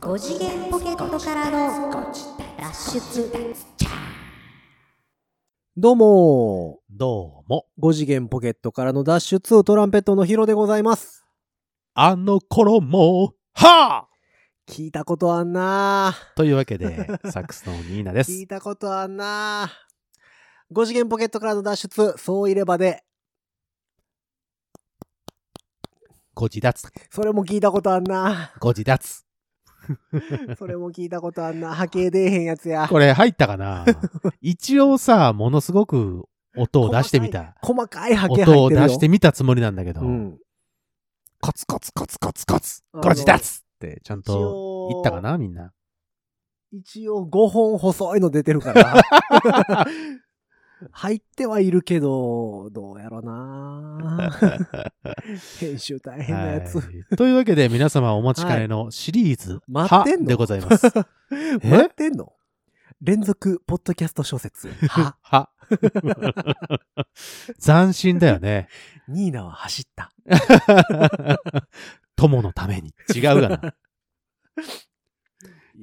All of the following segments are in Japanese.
5次元ポケットからの脱出どうもどうも。ー、5次元ポケットからの脱出、トランペットのヒロでございます。あの頃も、は聞いたことあんなぁというわ けで、サックスのニーナでー。聞いす。たことあんなー。5次元ポケットからの脱出、そういればで、ご自立、それも聞いたことあんなご自立。 ー。それも聞いたことあんなー。波形出えへんやつや。これ入ったかな一応さ、ものすごく音を出してみた。細かい波形入音っをて出るよ。してみたつもりなんだけど、うん。コツコツコツコツコツ、あのご自立ってちゃん一と応言ったかなみんな。一応5本細いの出てるから。 入ってはいるけど、どうやろな ー編集大変なやつ。はいというわけで、皆様お待ちかねのシリーズ、は 待ってんのでございます。え、待ってんの連続ポッドキャスト小説。は は。斬新だよね。ニーナは走った。 友のために。違う がな。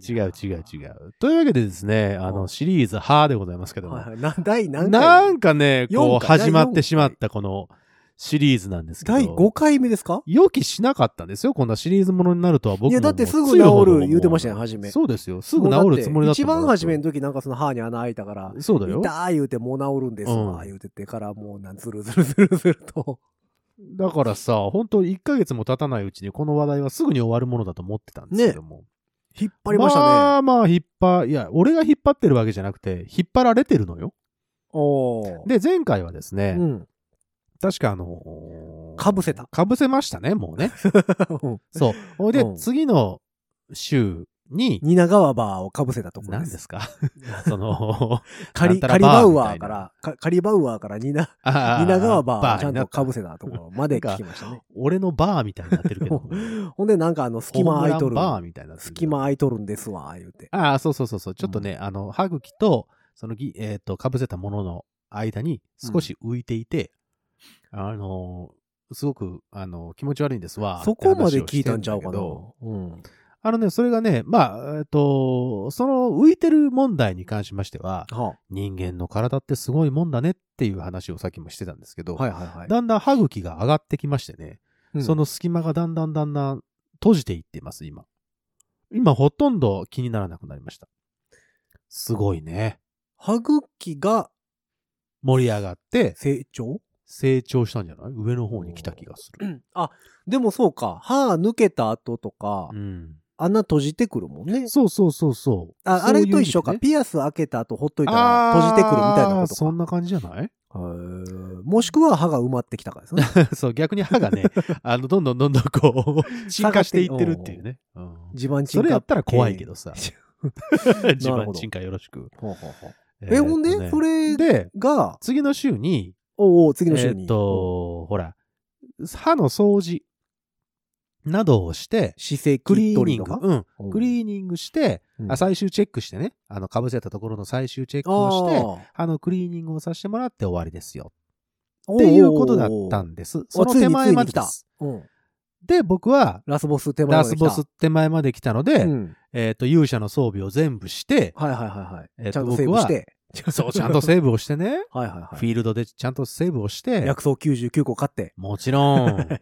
違う違う違う。というわけでですね、あうの、んシリーズ、はーでございますけども。はいはいな第何な回んかね、こ四う、回始まってしまったこのシリーズなんですけど。第5回目ですか予期しなかったんですよ、こんなシリーズものになるとは僕も。いやだってすぐつゆほど治るもう言うてましたよ初めそうですよ。すぐ治るつもりだったもうって一番初めの。の時なんかその歯に穴開いたから、そうだよ。痛い言うてもう治るんですわ、うん言うててからもうなんずるずるずるずると。だからさ、本当1ヶ月も経たないうちにこの話題はすぐに終わるものだと思ってたんですけども。引っ張りましたね。まあまあ、引っ張、いや、俺が引っ張ってるわけじゃなくて、引っ張られてるのよ。おーで、前回はですね、うん。確かあのかぶせた。かぶせましたね、もう ね。うんそう。ほいでう、ん次の週に、蜷川バーをかぶせたところで。何ですすか その、カリ、なんたカらリババーウみアたーいなから、かカリバウアーからニナ、あ蜷川バーをーちゃんとかぶせた。たところまで聞きましたね。俺のバーみたいになってるけど。ほんで、なんかあの、 隙間空いとホーるム。ランバーみたいになってるけ隙ど間空いとるんですわ、言うて。ああ、そうそうそうそう。ちょっとね、あの、歯茎と、そのぎ、えっ、と、かぶせたものの間に少し浮いていて、あのーすごく、あのー気持ち悪いんですわ。そこまで聞いたんってちゃ話うかをしてんだけなど。うん。あのね、それがね、まあ、えっ、と、その浮いてる問題に関しましては、は人間の体ってすごいもんだねっていう話をさっきもしてたんですけど、はいはいはい。だんだん歯茎が上がってきましてね、うんそ、の隙間がだんだんだんだん閉じていってます、今。今、ほとんど気にならなくなりました。すごいね。歯茎が盛り上がって、成長成長したんじゃない上の方に来た気がする。あ、でもそうか。歯抜けた後とかう、ん。穴閉じてくるもんね。そうそうそうそう。あそあういうれ意味でと一緒か。ねピアス開けた後ほっといたら閉じてくるみたいなあこーとそんか。な感じじゃないへーもしくは歯が埋まってきたからで すね。そう、逆に歯 がね、あの、どんどんどんどんこう、沈下していってるっていうね。うん地盤沈そ下れやったら怖いけ どさ。な地るほ盤ど沈下よろしく。ほうほうほうーっえ、とねほんで、それで、が、次の週に、おうおう、次の週に。えーっと、ほら、歯の掃除などをして、姿勢ククリリーーニニンンググ、。うん、うんクリーニングして、うんあ、最終チェックしてね、あの、被せたところの最終チェックあをして、ー歯のクリーニングをさせてもらって終わりですよ。おーっていうことだったんです。その手前までであす。うんで、僕は、ラスボス手前まラでス来たボス手前まで来たので、うんえっ、と、勇者の装備を全部して、はいはいはいはい、えーとちゃんとセーブしてそう、ちゃ んとセーブをしてね、はいはいはフいィールドでちゃんとセーブをして、薬草99個買ってもち ろん、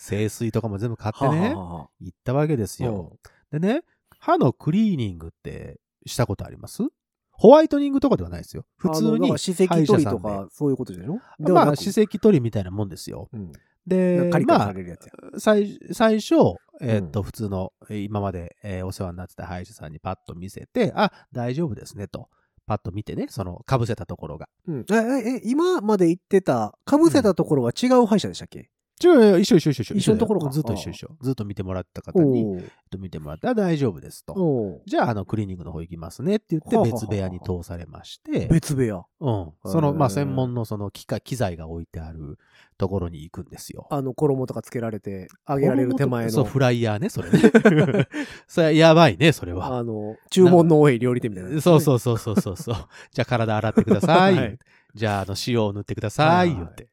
清水とかも全部買ってはねあ、はあはあ行ったわけですよ。でね、歯のクリーニングってしたことありますホワイトニングとかではないですよ。普あの通なんにか歯石歯医者取りさんとで。かそういうことでしょではまなあ、く歯石取りみたいなもんですよ。うんなんかでカリ、カリまさあれ、るやつや、最最初、えーっうと、普通の、えー今まで、えーお世話になってた歯医者さんにパッと見せて、あ、大丈夫ですね、と。パッと見てね、その、かぶせたところが。うんえええ今まで行ってたかぶせたところは違う歯医者でしたっけ、違う、違う一緒一緒一緒一緒のところかずっと一緒一緒。ずっと見てもらった方に、えっおうと見てもらって、あ、大丈夫です、と。おうじゃあ、あの、クリーニングの方行きますねって言はあはっあて、はあ別部屋に通されまして、別部屋うん。その、まあ、専門のその機械、機材が置いてあるところに行くんですよ。あの衣とかつけられてあげられる手前のそう、フライヤーね、そ れね。それ、やばいね、それは。あの、注文の多い料理店みたいな。そうう。そうそうそうそう そう。じゃあ、体洗ってください。 はいじゃあ、あの、塩を塗ってください。はいはい言って。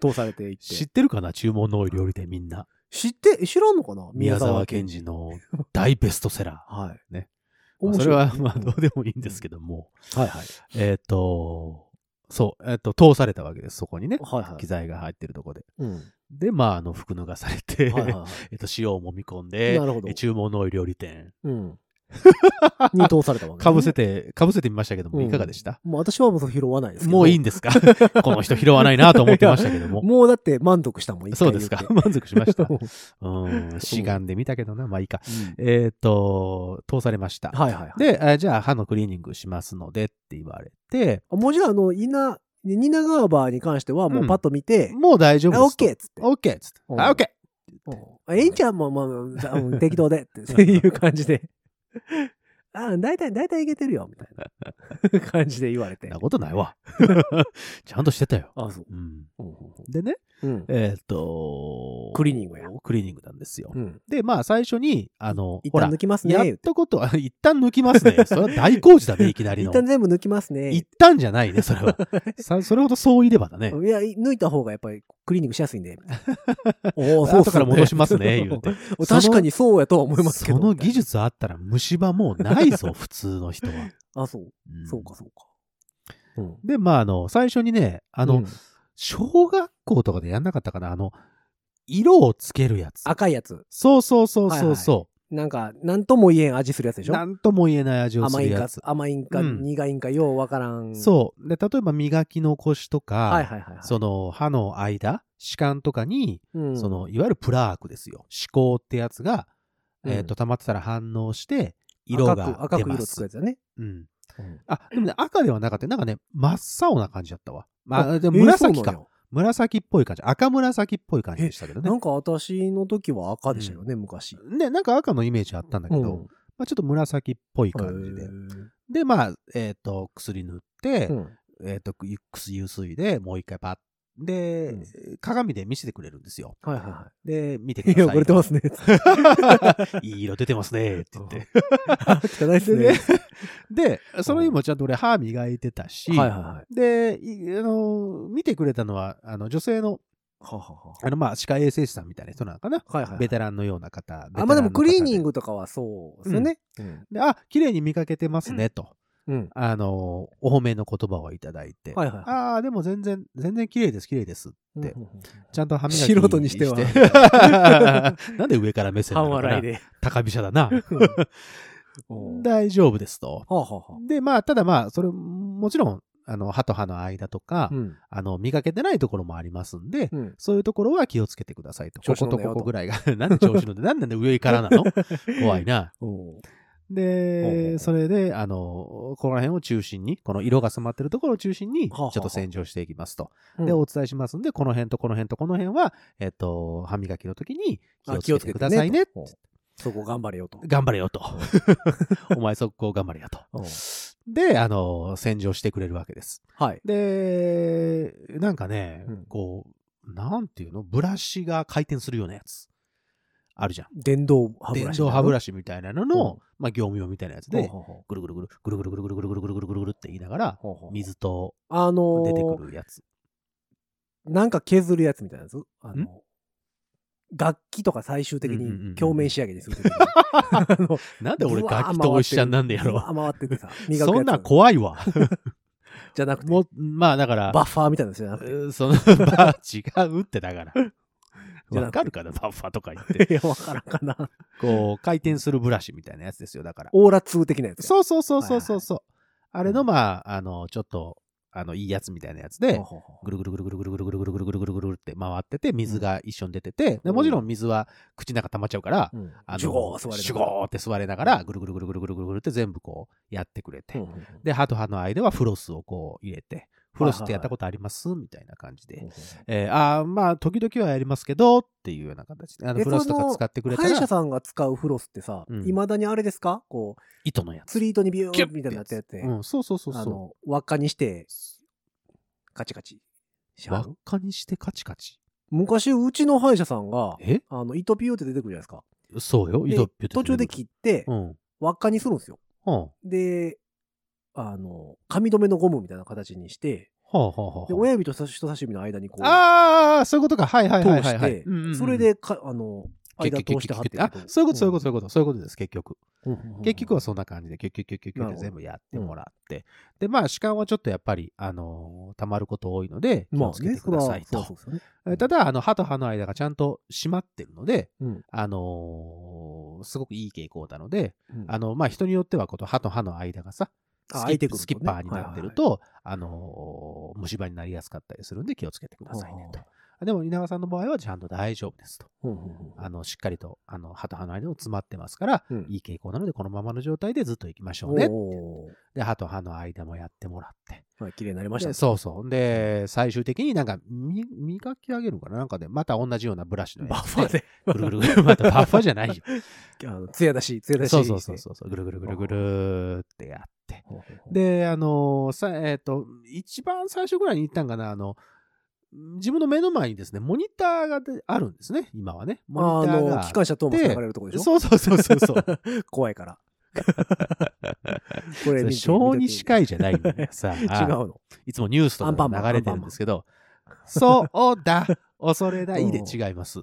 通されていっ。知っててるかな注文の多い料理店みんな。知って、知らんのかな宮沢賢。治の大ベストセラ はい。ね。面ー。白そいれは、まあ、どうでもいいんですけども。はいはい。えっ、と、そう、えっ、と、通されたわけです、そこにね。はいはい機。材が入ってるとこで。うん。で、まあ、あの、服脱がされて、はいはいは えっと、塩を揉み込んい。でな、るほどえ。注文の多い料理店。うん。に通されたわけね。かぶせて、かぶせてみましたけども、うんいかがでしたもう私はもう拾わないですけど。もういいんです かこの人拾わないなと思ってましたけども。もうだって満足したもん、一そ回うですか言。って満足しまし た。うんうん、しがんでみたけどな。まあいいか。うんえっ、と、通されました。はいはいはい。で、えーじゃあ歯のクリーニングしますのでって言われて、あもうじゃあ、あの、稲、蜷川バーに関しては、もうパッと見て、もう大丈夫あ、でオすッと。ケーっつって。オッケーっつって。うんあ、オッケうんええんちゃんも、まあまあうん、適当で、っていう感じで。 あ、大体、大体いけてるよ、みた いな感じで言われーてな。ことな いわ。ちゃんとしてたよ。あ、そう。うん、うでね、ん。えっ、とクリーニングや。クリーニングなんですよ。うん。で、まあ最初に、あの、一ほ旦ら抜、きますね、や言っうてたこと、あ一旦抜きますね。それは大工事だね、いきな り一の。旦全部抜きますね。一旦じゃないね、それは。さそれほどそういればだね。いや、い抜いた方がやっぱりクリーニングしやすい んで。おお後から戻します ね、言うて。確かにそうやとは思いますけど。その技。術あったら虫歯もうない ぞ、普通の人は。あ、そう。んそうか、そうか。うん。で、まあ、あの、最初にね、あうの、ん小学校とかでやんなかったかな、あの、色をつけるやつ。赤いやつ。そうそうそうそうそなんか、なんとも言えん味するやつう。でしょなんとも言えない味をす甘いるんやかつ、。甘いんか、うん苦いんか、ようわからん。う。そう。で、例えば磨き残しとか、はいはいはいはい。その歯の間、歯間とかに、うんそ、の、いわゆるプラークですよ。歯垢ってやつが、うんえっ、と、溜まってたら反応して、色が赤く、出赤くま色つくす。やつだね。うん。うんあ、でもね、赤ではなかった。なんかね、真っ青な感じだったわ。まあ、でもえー紫そうかな。んや紫っぽい感じ。赤紫っぽい感じでしたけどねな。んか私の時は赤でしたよね、昔。ね、なんか赤のイメージあったんだけど、うんまあ、ちょっと紫っぽい感じへでー。で、まあ、えっ、と、薬塗って、うんえっ、と、薬ゆすいで、もう一回パッ。で、鏡で見せてくれるんですよ。はいはいはで、見てくい。だいや、さい。汚れてますね。 いい色出てますね、って言って。 汚いっすね。はい で、その日もちゃんと俺歯磨いてた し、はいはい。で、いあの、見てくれたのは、あの、女性の、はははあの、まあ、歯科衛生士さんみたいな人なのかな。はいはいはいベ。テランのような方。あ、まあでもクリーニング。グとかはそうですよね。うん。であ、綺麗に磨けてますね、と。うん。あの、お褒めの言葉をいただいて。はいはいはいああ、でも全然、全然綺麗です、綺麗です。でうんうんうんちゃんと歯磨き素人にしては してなんで上から目線な半のか笑いなで。高飛車だ な。うん大丈夫ですと。はあはあはで、まあ、ただまあ、それ、もちろん、あの、歯と歯の間とか、あ。うん。あの、磨けてないところもありますんで、うん。そういうところは気をつけてくださいと。こ調子こ乗んとなよことこぐらいが。 なんで調子乗って、なんで上からなの怖いな。おうほうほ で、うそれで、あの、ここら辺を中心に、この色が染まってるところを中心に、ちはあはょあっと洗浄していきますと。うんで、お伝えしますんで、この辺とこの辺とこの辺は、えっと、歯磨きの時にあ気をつけてくださいね。とそこ頑張れよと。頑張れよと。 お前速攻頑張れよと。うんで、あの、洗浄してくれるわけです。はい。で、なんかね、うんこう、なんていうのブラシが回転するようなやつ。あるじゃん。電動歯ブ電ラシ。動歯ブララシみたいなのの、うんまあ、業務用みたいなやつで、ぐるぐるぐる、ぐるぐるぐるぐるぐるぐるぐるぐるぐるぐるって言いながら、水とあの出てーく、るやつ。なんか削るやつみたいなやつあんの、楽器とか最終的うんうんうんうんに鏡面仕上げにするときに。あのなんで俺ブワー楽器とお医者になんで やうわろー回っててさ、う。磨くそんやなんつ怖いわ。じゃなくて、もう、まあだから、バッファーみたいなやつじゃな くうーその、まあ違うってだから。じゃなくてわかるかなバッファとか言って。て。いや、わからんかな。こう、回転するブラシみたいなやつですよ、だから。オーラ2的なやつ。そうそうそうそうそうそう。あれの、まあ、あの、ちょっと、あの、いいやつみたいなやつでほう、ほうほうぐるぐるぐるぐるぐるぐるぐるぐるぐるぐるぐるぐるって回ってて、水が一緒に出てて、でもちろん水は口の中溜まっちゃうから、うんあの、ジュゴー座れるシュゴーって座れながら、ぐるぐるぐるぐるぐるぐるぐるって全部こう、やってくれうてん。うんうんで、歯と歯の間はフロスをこう入れて、フロスってやったことありますみたいな感じで。えー、あーまあ、時々はやりますけど、っていうような形で、あの、えフロスとそかの使ってくれた歯医者ら、さんが使うフロスってさうん、いまだにあれですかこう、糸のやつ。釣り糸にビュキューッみたいなやつやって、うん、そうそうそうあその、輪っかにして、カチカチしう。は輪るっ。かにしてカチカチ。昔、うちの歯医者さんが、えあの、糸ピューって出てくるじゃないですか。そうよ。で糸ピュッて途中で切ってう、ん。うん。輪っかにするんですよ。はで、あの、髪留めのゴムみたいな形にして、ほうほうほでうほう。親指と人差し指の間にこうああ、そういうことか。はいはいはい通はいしはい。てうんうんうんそれ、でかあの間通結局して貼ってあ、そういうこと、そういうこと、そういうこと、そういうことです、結局。うんうんうん結局はそんな感じで、キュッキュッキュッキュッキュッなっるてほど全部やってもらって。で、まあ、主観はちょっとやっぱり、あのー、たまること多いので、気まをあつけねてくださいそれはと。そうですよねえただ、あの、歯と歯の間がちゃんと閉まってるので、うんあのーすごくいい傾向なので、うんあの、まあ、人によっては、この歯と歯の間がさ、あス空キいてくるッとねスキッパーになってると、あのー虫歯になりやすかったりするんで気をつけてくださいねと。でも、稲川さんの場合はちゃんと大丈夫ですと。うんうんうんあの、しっかりと、あの、歯と歯の間も詰まってますから、うんいい傾向なので、このままの状態でずっと行きましょうね。おーで、歯と歯の間もやってもらって。はい綺麗になりましたでねそうそう。で、最終的になんか、み磨き上げるのかななんかで、また同じようなブラシのやつバッファーでぐるぐるぐる、またバッファーじゃない よ。あの艶出し艶出しそうそうそうそうそう、ぐるぐるぐるぐるーってやって。ほうほうほうで、あのーさ、えっ、と、一番最初ぐらいに行ったんかな、あの、自分の目の前にですね、モニターがであるんですね、今はね。モあニターのが。機関車トーマス流れるとこでしょそうそうそうそ うそう。怖いから。こそれれ見て小見て児歯科医じゃないんだから さ、違うの。いつもニュースとアンパかンマンで流れてるんですけど、そうだ、恐れないで違います。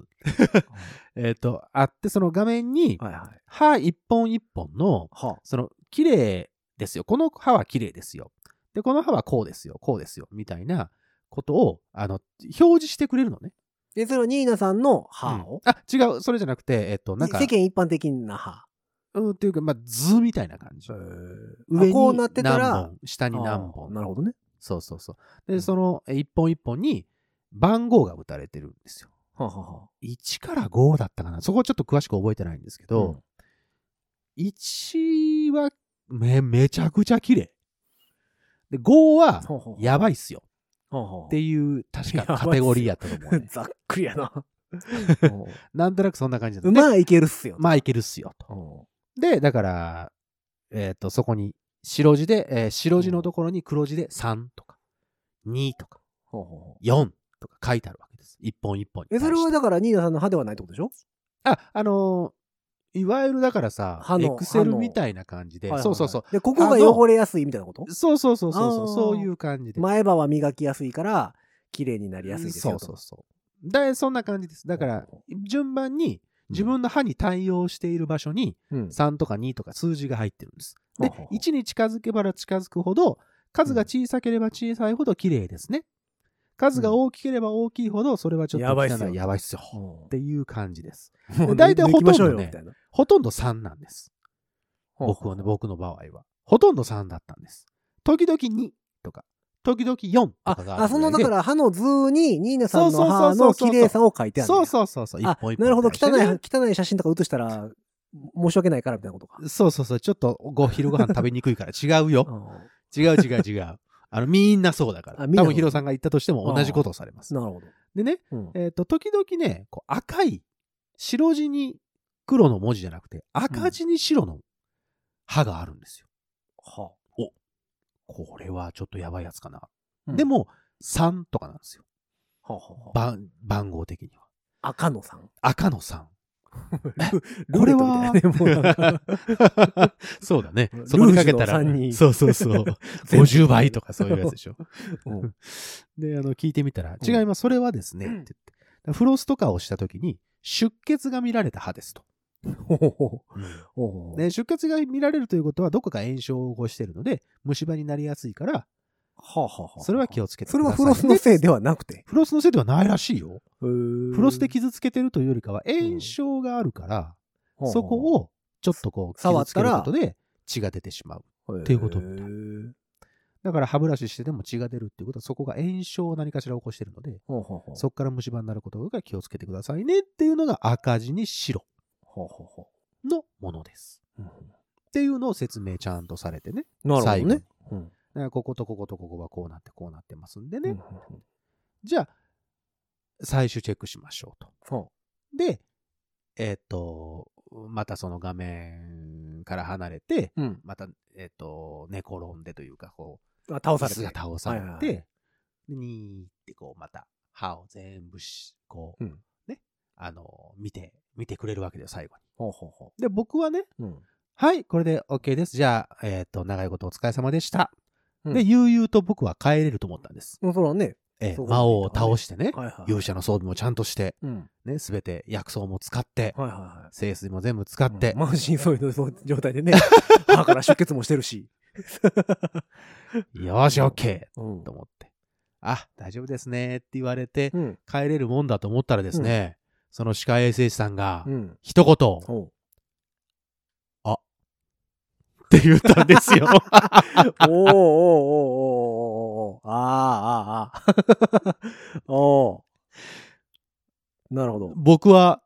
えっと、あって、その画面に、はいはい。歯一本一本の、はその、綺麗ですよ。この歯は綺麗ですよ。で、この歯はこうですよ。こうですよ。みたいなことを、あの、表示してくれるのね。え、それはニーナさんの歯うんを、あ、違う。それじゃなくて、えっと、なんか、世間一般的な歯。うん、っていうか、まあ、図みたいな感じ。上にこうなってた何ら本、下に何あ本ー。なるほどね。そうそうそう。うで、んその、え一本一本に番号が打たれてるんですよ。はあはあはあ1から5だったかな。そこちょっと詳しく覚えてないんですけど、1はめ、めちゃくちゃ綺麗。で、5は、ほうほうやばいっすよ。ほうほう。っていう、確かカテゴリーやったと思う、ねざっくりやな。 なんとなくそんな感じだった。うん まあいけるっすよ。まあ、いけるっすよ、と。うんで、だから、えっ、と、そこに、白字で、えー白字のところに黒字で3とか、2とか、ほうほうほ4とか書いてあるわけです。一本一本うえ、に対して。それはだからニーナさんの歯ではないってことでしょあ、あのーいわゆるだからさ、歯エのクセルみたいな感じで、そうそうそう。。で、ここが汚れやすいみたいなことそうそうそうそうそう、あーそういう感じで。前歯は磨きやすいから、綺麗になりやすいですよと。そうそうそう。だそんな感じです。だから、順番に、自分の歯に対応している場所に、うん。 3とか2とか数字が入ってるんです。でほうほう、ほう1に近づけば近づくほど、数が小さければ小さいほど綺麗ですね。数が大きければ大きいほど、それはちょっとやばいっすよ汚やばいっすよ。うんっていう感じです。 もう大体抜きましょうほとんどよねみたいなほとんど3なんです。僕はね、僕の場合は。ほとんど3だったんです。時々2とか、時々4とあかがあるあ、その、ぐだいでから歯の図に、ニーナさんそのうそうそう歯そうのそう綺麗さを書いてあるんだ。そうそうそうそう、一本一本あ、なるほど。出してね汚い、汚い写真とか写したら、申し訳ないからみたいなことか。そうそうそう、ちょっとご昼ご飯食べにくいから違ううよ。ん違う違う違う。 あの、みんなそうだから。あみんな多分ヒロさんが言ったとしても同じことをされます。なるほど。でね、うんえっ、と、時々ね、こう赤い、白地に黒の文字じゃなくて、赤字に白の歯があるんですよ。はこれはちょっとやばいやつかな。うんでも、3とかなんですよ。あはあはあ番、番号的には。赤野さん。赤の3。ルーレットみたいなねもうなん かそうだねルー。ジそュのこにかけたら三、にそうそう そう。全部50倍とかそういうやつでしょ。うんで、あの、聞いてみたら、うん違います、それはですね、って言って。フロスとかをしたときに、出血が見られた歯ですと。 ほほほほほで出血が見られるということは、どこか炎症を起こしているので、虫歯になりやすいから、はあはあはあそれは気をつけてくそだれさい、はフロスのせいではなくて。フロスのせいではないらしいよ。フフロスで傷つけてるというよりかは、炎症があるから、そこをちょっとこう、触っ傷つけたるらことで血が出てしまう。っていうことみたいだから歯ブラシしてでも血が出るっていうことは、そこが炎症を何かしら起こしてるので、ほうほうほうそこから虫歯になることが気をつけてくださいねっていうのが赤字に白ほうほうほのものです。ううんっていうのを説明ちゃんとされてね。なるほど最後にね。うんだからこことこことここはこうなってこうなってますんでうんうね。んうんじゃあ、最終チェックしましょうと。ほで、えっ、と、またその画面から離れて、ううんまた、えっ、と、寝転んでというか、こう、あ倒され椅子て。が倒されて、はいはいはでにーってこう、また、歯を全部し、こう、うんね、あの、見て、見てくれるわけだよ、最後ほうほうほに。で、僕はね、ううんはい、これで OK です。じゃあ、えっ、と、長いことお疲れ様でした。うんで、悠々と僕は帰れると思ったんでです。もうそらね。ええそう魔王を倒してね、はいはい。勇者の装備もちゃんとして、うん。ね、すべて薬草も使って、はいはいはい。聖水も全部使って、満身創痍の状態 でね、歯から出血もしてるし。よーし、オッケうんーと思って、あ、大丈夫ですねって言われて、うん。帰れるもんだと思ったらですね、その歯科衛生士さんがう、ん。一言おうって言ったんです よ。おうおうおうおうおうおうああ、ああ、ああ。おうなるほど。僕は、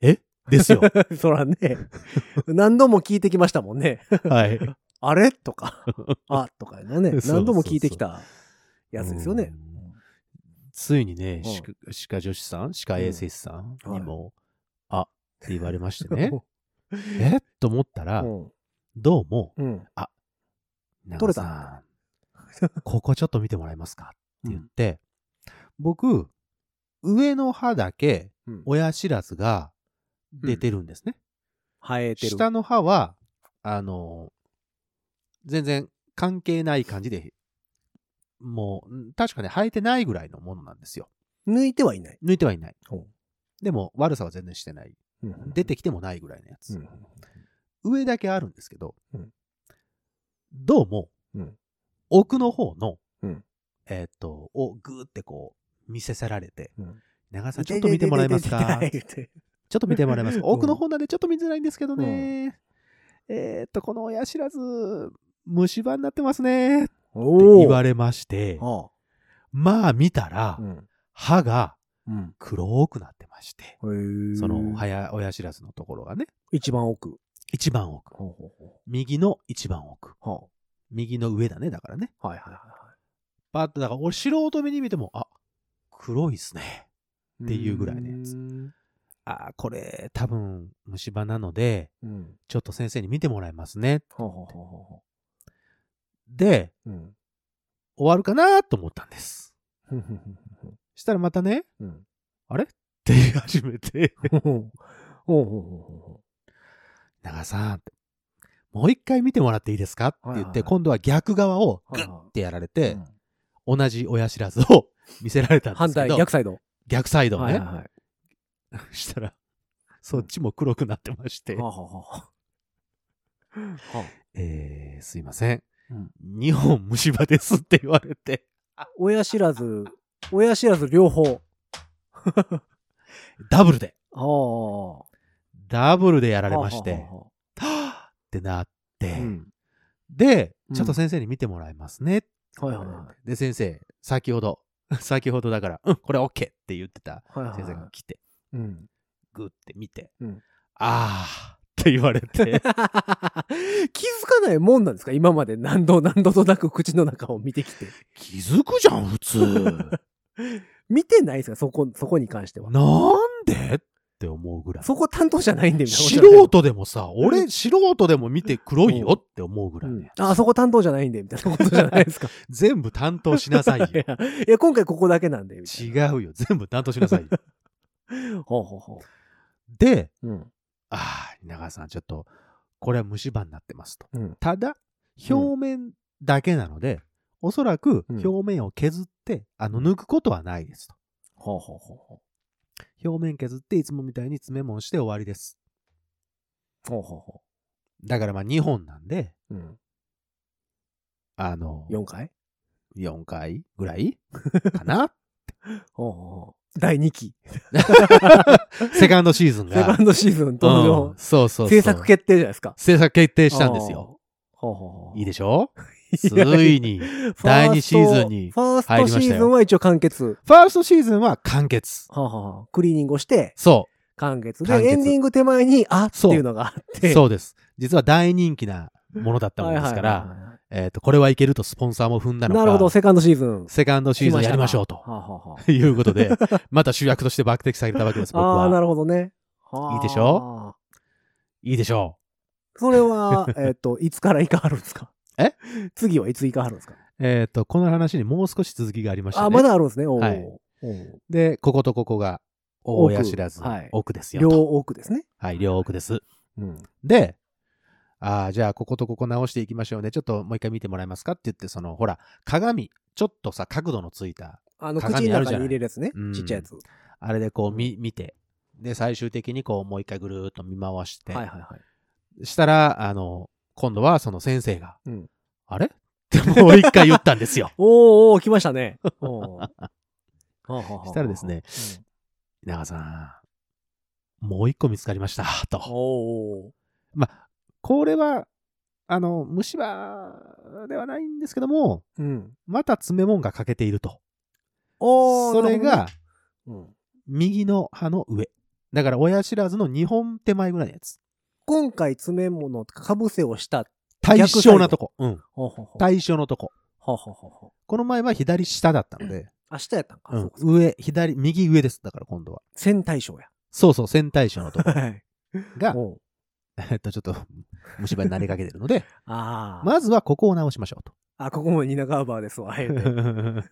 えですよ。そらね、何度も聞いてきましたもんね。はい。あれとか、あとかのね、そうそうそう何度も聞いてきたやつですよね。うんついにね、うん歯科歯科助手さん、歯科衛生士さんうん、にも、あって言われましてね えと思ったらう、ん。どうも、うん。長さん ここちょっと見てもらえますかって言って、僕、上の歯だけうん親知らずが出てるんですね。生えてる。下の歯は、あの、全然関係ない感じで、もう、ん確かね、生えてないぐらいのものなんですよ。抜いてはいない。抜いてはいないほう。でも、悪さは全然してない。出てきてもないぐらいのやつ。うん上だけあるんですけど、うんどうも、うん奥の方の、うんえーっと、をぐーってこう、見せせられて、うん長さんちょっと見てもらえますか 痛い痛い痛いちょっと見てもらえますかうん奥の方なんでちょっと見づらいんですけどね。えーっと、この親知らず、虫歯になってますね。っておお。言われまして、あまあ見たらあ。う、ん。歯がうん。黒くなってまして、へえその親親知らずのところがね、一番奥。一番奥。ほうほうほ右の一番奥。う。は右の上だね、だからね。あ、はいはいはパッと、だから俺素人目に見ても、あ、黒いっすね。い。っていうぐらいのやつつ。あ、これ多分虫歯なので、うん。ちょっと先生に見てもらいますね。ほうほうほうほうほで、う。うん。終わるかなと思ったんです。ふんふんふんふんしたらまたね、ふん うん。あれって言い始めて、 ほうほうほうほ長さんって、もう一回見てもらっていいですかって言って、はいはいはい今度は逆側をう。グッはてやられいて、はいうん同じ親知らずを 見せられたんで反すけ対、ど、逆サイド。逆サイドをね、はいはいはい。したら、そっちも黒くなってまして、はあはあはあはえー、すいません。うん日本虫歯ですって言われて、あ 親知らず、親知らず両方。ダブルで、ああ。ダブルでやられまして、ははぁってなって、あはあはあうんでう、んちょっと先生に見てもらいますね。はいはいはで、先生、先ほど、 先ほどだから、うん、これ OK って言ってたい。はいはい先生はが来て、い。うん。グーって見て、うんあーって言わ れて、気づかないもんなんですか今まで何度何度となく口の中を見てきて。気づくじゃん、普通。 見てないですかそこ、そこに関しては。なんでって思うぐらい。そこ担当じゃないんで、みたいな。素人でもさ、俺素人でも見て黒いよって思うぐうらいんね。あ、そこ担当じゃないんで、みたいなことじゃないですか。全部担当しなさいよ。 いや、いや今回ここだけなんで、みたい違な。うよ。全部担当しなさい よ。う。ほうほうほで、う。うん。ああ、稲川さん、ちょっと、これは虫歯になってますと。うん。ただ、表面だけなので、おそらくうん表面を削って、あの、抜くことはないですと。ほうほうほうほう。表面削って、いつもみたいに詰め物して終わりです。ほうほうほだからまあ2本なんで、う。うん。あの、 4回4回ぐら いかなほうほうほう。第2期。 セカンドシーズンセが。カンドシーズン登う場ん。そうそうそう。制作決定じゃないですか。制作決定したんですよ。あー。ほうほうほう。いいでしょうついや いに。第二シーズンにファース入トファりまーストしシたよーズンは一応完結。ファーストシーズンは完結。はあはあはあクリーニングをして、そ完結。で、完結エンディング手前に、あってそういうのがあって。う。そうです。実は大人気なものだったもはんいはでいはいはすいから、えっと、これはいけるとスポンサーも踏んだのか、なるほど、セカンドシーズン。セカンドシーズンやりましょうはと あはあはいうことで、また主役として抜擢されたわけです、僕あ、ああー、なは。るほどね。はあいいでしょいいでしょそれは、 えっと、いつからいかはるんですかえ次はいついかはるんですかう。えっと、この話にもう少し続きがありまして、ね。あ、まだあるんですね。おーはいおーで、こことここが、奥親知らず、はい奥ですよ両と。奥ですね。はい、両奥です。うん。で、ああ、じゃあ、こことここ直していきましょうね。ちょっともう一回見てもらえますかって言って、その、ほら、鏡、ちょっとさ、角度のついた、あの、口鏡のある中じにゃない入れるやつねうん。ちっちゃいやつ。はあれでこう、み、見て、で、最終的にこう、もう一回ぐるーっと見回して、いはいはい。したら、あの、今度はその先生が、うん。あれ ってもう一回言ったんですよ おーおー、来ましたね。おーそしたらです。ね、稲川さん、もう一個見つかり ました、うんと。おー。まあ、これは、あの、虫歯ではないんですけども、うん。また爪もんが欠けていると。おー。そなれるが、ほどね、うん右の歯の上。だから親知らずの2本手前ぐらいのやつ。今回爪物、かぶせをした。対称なとこ。うん。ほうほうほう。対称のとこ。ほうほうほうほう。この前は左下だったので、明日やったんか。うそんうか、上、左、右上です。だから今度は。戦対象や。そうそう、線対称の とこはい。が、おうえっと、ちょっと、虫歯になりかけてるので、 あー。まずはここを直しましょう と。あ、ここもニナカーバー ですわ。あえて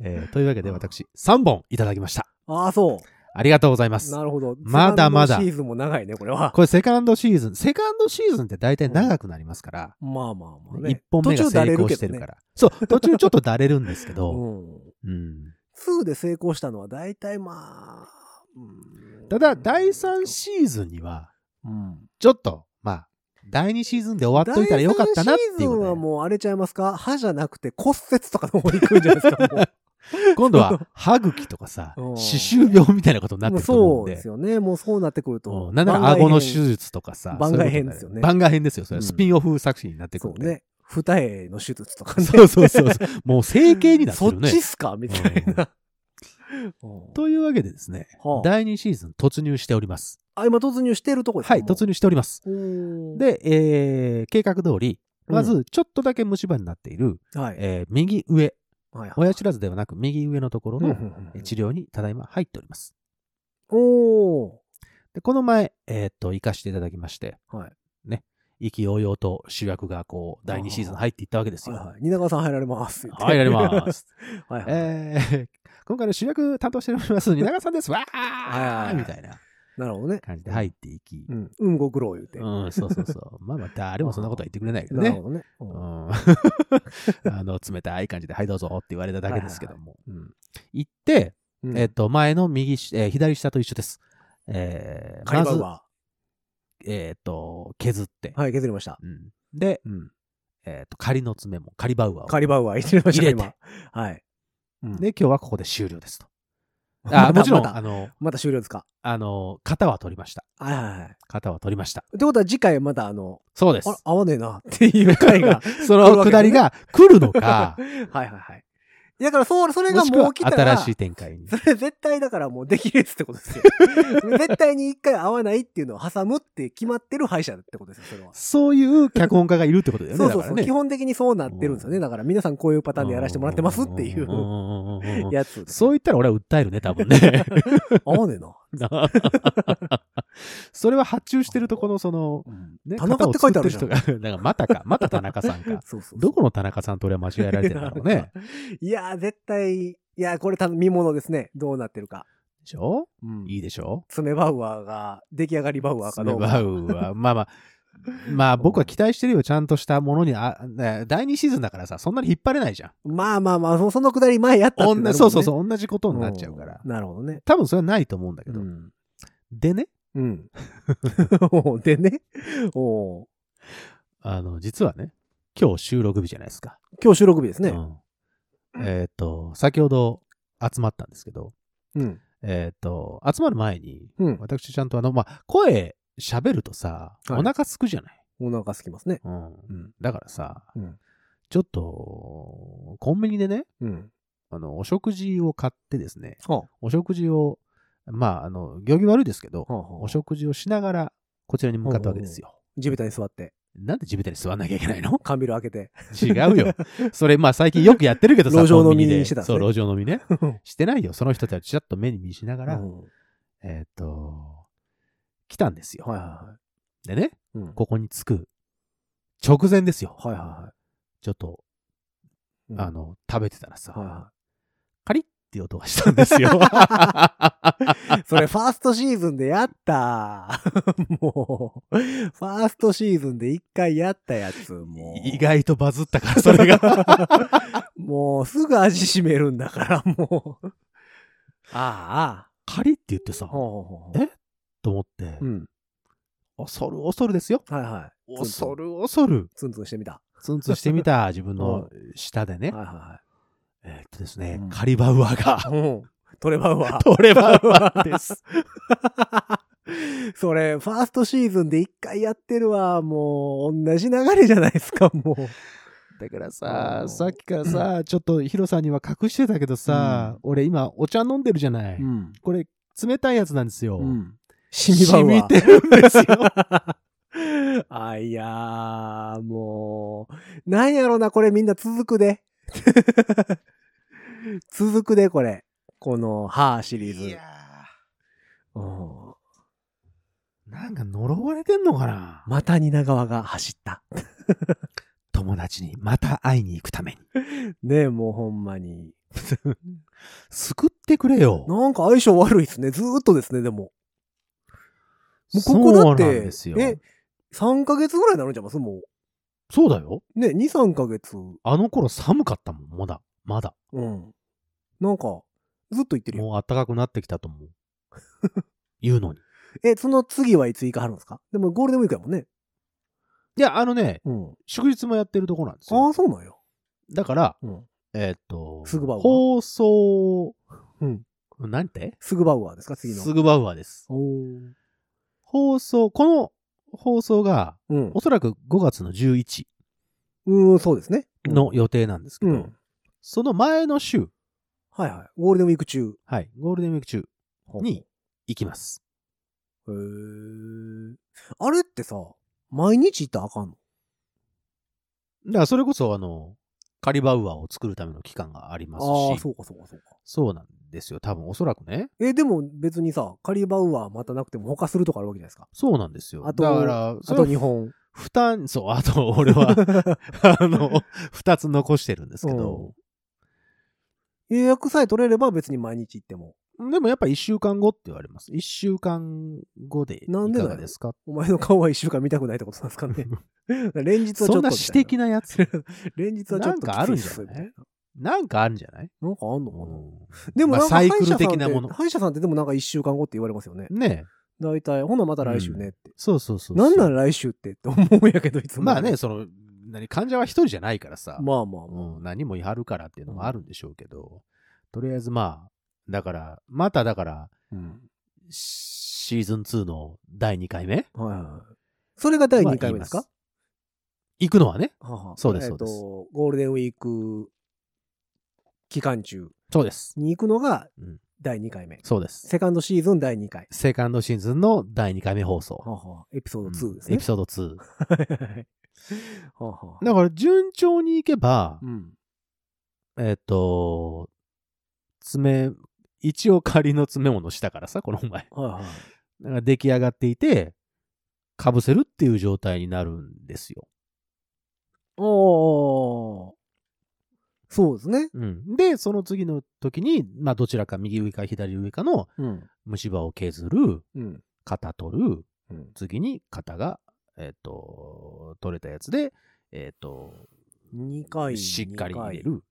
えーというわけで私、3本いただきました。あー、そありがとうございまう。すな。るほど。まだまだセカンドシーズンも長いね、これは。これセカンドシーズン。セカンドシーズンって大体長くなりますから、まあまあまあ一ね。本目が途中だ成れ功けしてどねるから。そう、途中ちょっとだれるんですけど、うん。うん2で成功したのは大体まあ、うんただ、第3シーズンには、うんちょっと、まあ、第2シーズンで終わっといたらよかったなってい第三シーズうンはこもうあれちゃいますか歯じゃなくて骨折とかの方に行くんじゃないです かも とで。今度は、歯茎とかさう、ん歯周病みたいなことになうっもてうくると思そううんで。ですよね。もうそうなってくるとう。んなんなら番外顎編の手術とかさ。番外編そういうことになるですよね番外編ですよ。それはうんスピンオフ作品になってくそるんうで。ね。二重の手術とかね。そうそうそうそう。もう整形になっ てそるっねちっ。すかみたいな。うんというわけでですね、はあ第2シーズン突入しております。あ、今突入してるとこですかはい、突入しております。入、で、えー計画通り、まず、ちょっとだけ虫歯になっている、はい。えー右上、はいはい親知らずではなく右上のところうんうのんうえんー治療にただいま入っております。おー。で、この前、えーっと、行かしていただきまして、はいね、意気揚々と主役がこう、第2シーズン入っていったわけですよ。はいはい。蜷川さん入られます。入られま。す。 はいはい。 えー今回の主役担当しております、蜷 川さんです。わはいはーいみたいななるほどね。感じで入っていきう、ん。うんご苦労言うて。うん、そうそうそう。まあまあ、誰もそんなことは言ってくれないけどなるね。ほどね。ううんん あの、冷たい感じで、はい、どうぞって言われただけですけども。うん行って、うんえっと、前の右し、えー左下と一緒です。えーカリまバウず、アえっと、削ってー。。はい、削りました。うんで、うん。えっと、仮の爪も、仮バウアーをカリバウアー入れまし入た、れ今て。はい。うんで、今日はここで終了ですと。またあ、もちろん、またあの、また終了ですか。あの、型は取りました。はいはいはい。型は取りました。ってことは次回またあの、そうですあ。ら、合わねえなっていう回が。その下りが来るのか、は いはいはい。だから、そう、それがもしくもうは来たら、新しい展開に。それ絶対だからもうできるやつってこと ですよ。絶対に一回合わないっていうのを挟むって決まってる歯医者ってことですよ、それは。そういう脚本家がいるってことだよね。そうそうそだかう、らね基本的にそうなってるんですようね。だから皆さんこういうパターンでやらせてもらってますっていんんううんうんうんうんやつ。そう言ったら俺は訴えるね、多分ね。合わねえな。それは発注してるとこの、その、ね、田中って書いてあるじゃん型を作ってる人がなんかまたか、また田中さんそうか。そうそうどこの田中さんと俺は間違えられてるんだろうね。 いやー、絶対、いやー、これ多分見物ですね。どうなってるか。でしょうん。いいでしょ爪バウアーが、出来上がりバウアースかネどうか。バウは、まあまあ、まあ僕は期待してるよ、ちゃんとしたものに。あね第2シーズンだからさ、そんなに引っ張れないじゃん。まあまあまあ、そそのくだり前やったってな同るじもんねそうそうそう、同じことになっちゃうから。んなるほどね。多分それはないと思うんだけうど。ん。でね、うん。 でね、おーあの、実はね、今日収録日じゃないですか。今日収録日ですね。うん、えっ、と、先ほど集まったんですけど、うん。えっ、と、集まる前に、うん私ちゃんとあの、まあ、声喋るとさ、はいお腹すくじゃない、お腹空きますね。うんうん。だからさ、うん。ちょっと、コンビニでね、うん。あの、お食事を買ってですね、はお食事を、まあ、あの、行儀悪いですけどあ、、はあはあお食事をしながら、こちらに向かったわけですよ。地べたに座って、なんで地べたに座んなきゃいけないの 缶ビール開けて。違うよ。それ、まあ、最近よくやってるけどさ、 路上飲みコンビニでしてたんですそう、ね路上飲みね。してないよ。その人たち、ちょっと目に見しながら、うんえーっ、と、来たんですよ。はいはいはい。でね、うんここに着く、直前ですよ。はいはいはちょっと、い。うんあ、の、食べてたらさ、はいはカリッっていう音がしたんです よ。それ、ファーストシーズンでやった。 もう、ファーストシーズンで一回やったやつ、もう。意外とバズったから、それ が。 もう、すぐ味しめるんだから、もう。あカリって言ってさ、あ、ほうほうほうほう。えと思ってう、ん。恐る恐るですよ。はいはい。恐る恐る、ツンツンしてみた。ツンツンしてみ た自分の舌でねはい。はいはえーっとですねうん、カリバウアー が、い。うん。 トレバウアー。 トレバウアーです。 それ、ファーストシーズンで一回やってるわ。もう、同じ流れじゃないですか、もう。だからあさー、さっきからさ、ちょっとヒロさんには隠してたけどさ、俺今お茶飲んでるじゃない。ん。これ冷たいやつなんですよ。うん。シミバウアー。染みてるんですよ。 あいやー、もう、なんやろな、これみんな続くで。 続くで、これ。この、ハーシリーいズや。うんーなんか呪われてんのかなまた蜷川が走った。友達にまた会いに行くために。ねえ、もうほんまに。救ってくれよ。なんか相性悪いですね。ずーっとですね、でも。もうここそだっうなんてで、すよ。え、3ヶ月ぐらいになるんちゃいますもそうだよ。う。ね、2、3ヶ月。あの頃寒かったもん、まだ。まだ。うん。なんか、ずっと言ってるよ。もう暖かくなってきたと思う。 言うのに。え、その次はいつ行かはるんですかでもゴールデンウィークやもんね。いや、あのね、うん。祝日もやってるとこなんですあよ。あ、そうなんや。だから、うん。えーっと、すぐバウアー放送、うん。なんてすぐバウアーですか次の。すぐバウアーです。おー放送、この放送が、うんお。そらく5月の11うーん、そうですね。うん。の予定なんですけうど、ん。その前の週、はいはい。ゴールデンウィーク中。はい、ゴールデンウィーク中に行きます。へーあれってさ、毎日行ったらあかんのだからそれこそ、あの、カリバウアーを作るための期間がありますし、ああ、そそううかそうかそうか。なんですよ。多分、おそらくね。え、でも別にさ、カリバウアーまたなくても他するとかあるわけじゃないですか。そうなんですよ。あとだから、あそれとは日 本。負担、そう、あと俺は、 あの、二つ残してるんですけど、予約さえ取れれば別に毎日行っても。でもやっぱ一週間後って言われます。一週間後でいなんでだかよがですかお前の顔は一週間見たくないってことなんですか ね。連日はちそょっとんなみたい私的なやつ、連日はちょっときついっす。なんかあるんじゃないみたなななんんかあるんじゃないかあんのかな、ででもも、まなあんかサ歯医イ者さんクって、ル的なもの。歯医者さんってでもなんか1週間後って言われますよね。ねえ大体、ほなまた来週ねって。そうそうそうそう。なんなん来週ってって思うんやけど、いつも。まあね、。その、何、患者は一人じゃないからさ、まあまあまあ。うん、何もやるからっていうのもあるんでしょうけど、とりあえずまあ、だから、まただから、うん。シーズン2の第2回目はいはいはい。それが第2回目ですはか、行くのはね。ははそうですえっとそゴールデンウィーク期間中そうです。に行くのがうん第2回目。そうです。セカンドシーズン第2回。セカンドシーズンの第2回目放送。ははエピソード2ですうんエねピ。ソード 2。ははだから順調にいけばう、ん。えっ、と、爪、一応仮の爪物したからさ、この前。はいはい。だから出来上がっていて、かぶせるっていう状態になるんですよ。おー。そうですね。うん、で、その次の時に、まあどちらか右上か左上かのうん。虫歯を削る、うん。肩取る、うん次に肩が、えっ、と、取れたやつで、えっ、と、 2回にしっかり入れ二回る。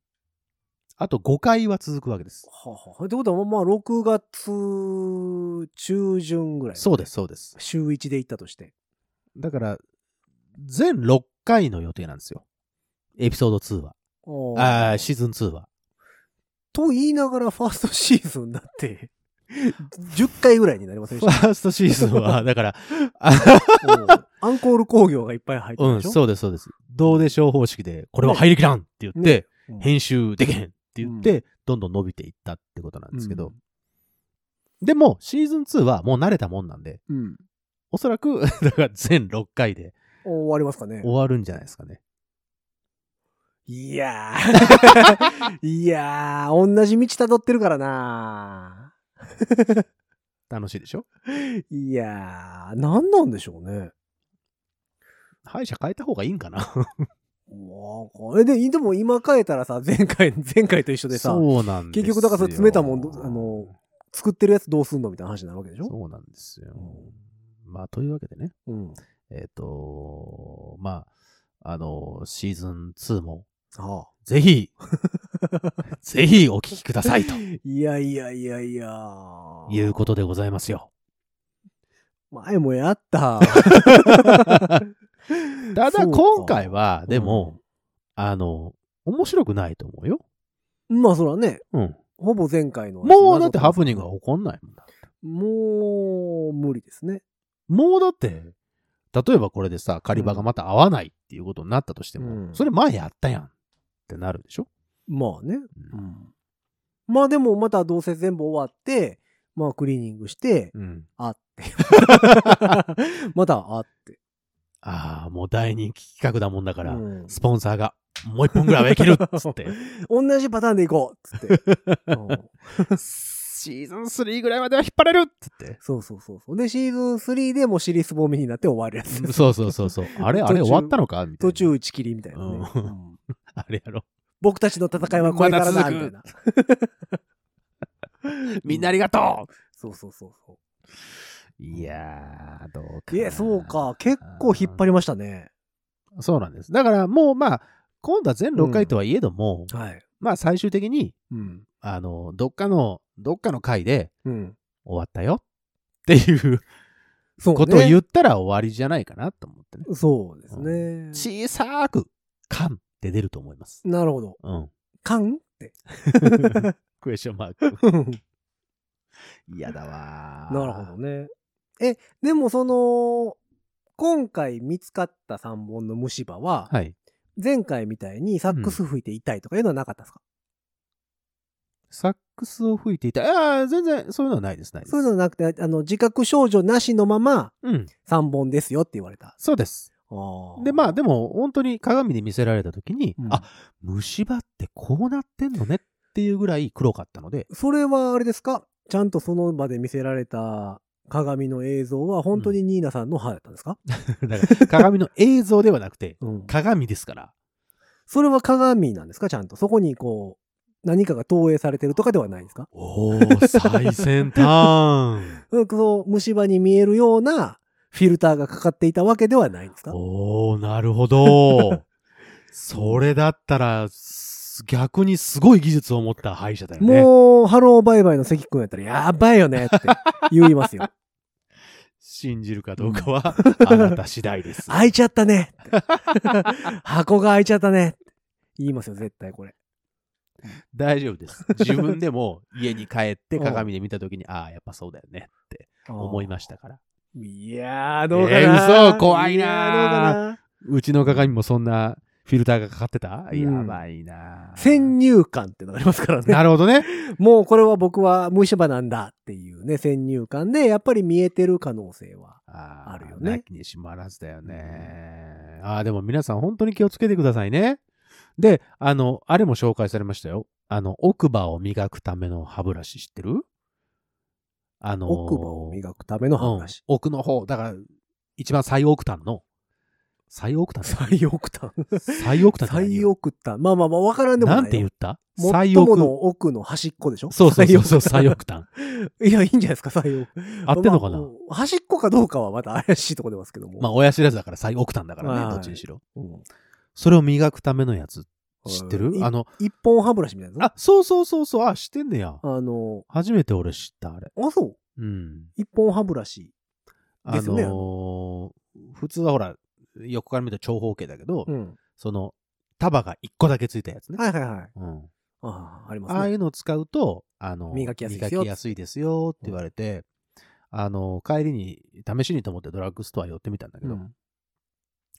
あと5回は続くわけです。ははってことは、まあ、6月中旬ぐらい。そうです、そうです。週1で行ったとして。だから、全6回の予定なんですよ。エピソード2は。おーああ、シーズン2は。 と言いながら、ファーストシーズンだって、10回ぐらいになりませんフ でしァーストシーズンは、だから、た。おーアンコール工業がいっぱい入ってうるん、でしょ、そうです、そうです。どうでしょう方式で、これは入りきらんって言って、ねうん編集できへんって言って、どんどん伸びていったってことなんですけど。でも、シーズン2はもう慣れたもんなんで、うん。おそらく、 だから全6回で終わりますかね終。わるんじゃないですかね。いやー。 いやー、同じ道辿ってるからな楽しいでしょいやー、何なんでしょうね。歯医者変えた方がいいんかなもう、これで、でも今変えたらさ、前回、 前回と一緒でさ、そうなんですよ結局だからそれ詰めたもんど、あの、作ってるやつどうすんのみたいな話になるわけでしょそうなんですよ。まあ、というわけでね、うん。えっ、とまあ、あのシーズン2も、ああ。ぜひ、ぜひお聞きくださいといやいやいやいや。いうことでございま すよ。前もやった。ただ今回は、んでも、あの、面白くないと思うよ。まあそらね、うん。ほぼ前回の。もうだってハプニングは起こんないもんだ。もう、無理ですね。もうだって、例えばこれでさ、狩り場がまた合わないっていうことになったとしても、うんそれ前やったやんってなるでしょ、まあね。ううんん。まあでもまたどうせ全部終わって、まあクリーニングして、うん、あって。 またあって。ああ、もう大人気企画だもんだから、うんスポンサーがもう一本ぐらいはいけるっつって。同じパターンでいこうっつって、うん シーズン3ぐらいまでは引っ張れるっつって。そうそうそうそう。で、シーズン3でもう尻すぼみになって終わるやつ。そうそうそうそう。あれ途あれ中終わったのかみたい途な。中。打ち切りみたいなね。うんうんあれやろ。僕たちの戦いはこれからまだ、だみ続くたいな。みんなありがとそうそうそうそういやー、どうう。かな。え、そうか。結構引っ張りましたね。そうなんです。だからもうまあ、今度は全6回とはいえども、はい。まあ最終的に、うん。あの、どっかの、どっかの回でうん。終わったよっていうそう、ね。ことを言ったら終わりじゃないかなと思ってね。そうですね。小さく、カンって出ると思います。なるほど。 うん。カンって。クエスチョンマーク。嫌だわ ーなるほどね。え、でもその、今回見つかった3本の虫歯は、はい。前回みたいにサックス吹いて痛いとかいうのはなかったですか、サックスを吹いていた。ああ、全然、そういうのはないです、ないです。そういうのなくて、あの、自覚症状なしのままうん。 3本ですよって言われた。そうです。で、まあ、でも、も、本当に鏡で見せられた時に、うんあ、虫歯ってこうなってんのねっていうぐらい黒かったので、 それはあれですかちゃんとその場で見せられた鏡の映像は本当にニーナさんの歯だったんですか、だから鏡の映像ではなくて、うん鏡ですから。それは鏡なんですかちゃんと。そこにこう、何かが投影されてるとかではないんですかおー、最先 端。うんそう、虫歯に見えるようなフィルターがかかっていたわけではないんですかおー、なるほど。それだったら、す逆にすごい技術を持った歯医者だよね。もう、ハローバイバイの関君やったら、やばいよねって言います よ。信じるかどうかは、あなた次第です。開いちゃったねって箱が開いちゃったねって言いますよ、絶対これ。大丈夫です。 自分でも家に帰って鏡で見たときに、ああ、やっぱそうだよねって思いましたから。た。いやー、どうかな。えー嘘怖いなーやーどうかな。うちの鏡もそんなフィルターがかかってた、うんやばいな。先入観ってのがありますからね。なるほどね。もうこれは僕は虫歯なんだっていうね、先入観で、やっぱり見えてる可能性は。 あーあるよねなきにしもあらずだよね。ああ、でも皆さん本当に気をつけてくださいね。で、あの、あれも紹介されましたよ。あの、奥歯を磨くための歯ブラシ知ってるあのー奥歯を磨くためのうん話。、奥の方、だから、一番最奥端の、最奥端最奥端。最奥端って何最奥端。まあまあまあ、わからんでもないよ。なんて言った最最奥奥。の奥の端っこでしょそうそうそうそう、最最奥奥端。いや、いいんじゃないですか、最奥。合ってんのかなまあうん端っこかどうかはまた怪しいとこ出ますけども。まあ、親知らずだから最奥端だからね、はいどっちにしろ。うんそれを磨くためのやつ、知ってるいあの、一本歯ブラシみたいなやあ、そうそうそうそう、あ、知ってんねやつ。あの、初めて俺知った、あれ。あ、そう。うん。一本歯ブラシ。あですよねのー普通はほら、横から見ると長方形だけど、うん。その、束が一個だけついたやつね。はいはいはい。うん。ああ、ありますああいね。うのを使うと、あの、磨きやすいですよ磨きやすいですよって言われて、あの、帰りに、試しにと思ってドラッグストア寄ってみたんだけど、うん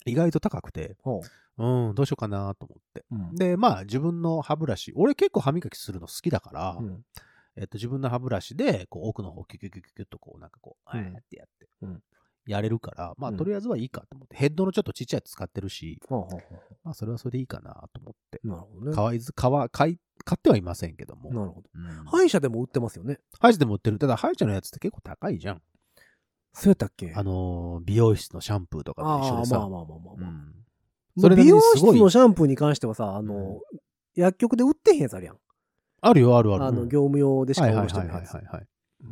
意外と高くて、ほうん、どうしようかなと思って。ううんで、まあ、自分の歯ブラシ、俺結構歯磨きするの好きだから、うんえっと、自分の歯ブラシで、こう、奥の方、キュキュキュキュキュっとこう、なんかこう、うえんーってやって、うんやれるから、まあ、うんとりあえずはいいかと思って、ヘッドのちょっとちっちゃいやつ使ってるし、ほうほうほまあ、それはそれでいいかなと思って、うなるほどね。買わず、買わ、買い、買ってはいませんけども。なるほど。うん歯医者でも売ってますよね。歯医者でも売ってる。ただ、歯医者のやつって結構高いじゃん。そうやったっけあのー美容室のシャンプーとかと一緒あでーさ。まあまあまあまあうまあ。んそれな美り容にす室ごいのシャンプーに関してはさ、あの、薬局で売ってへんやつあるやん。あるよ、あるある。あの、うん業務用でしか卸してないはやいはいつはい。はいはい。う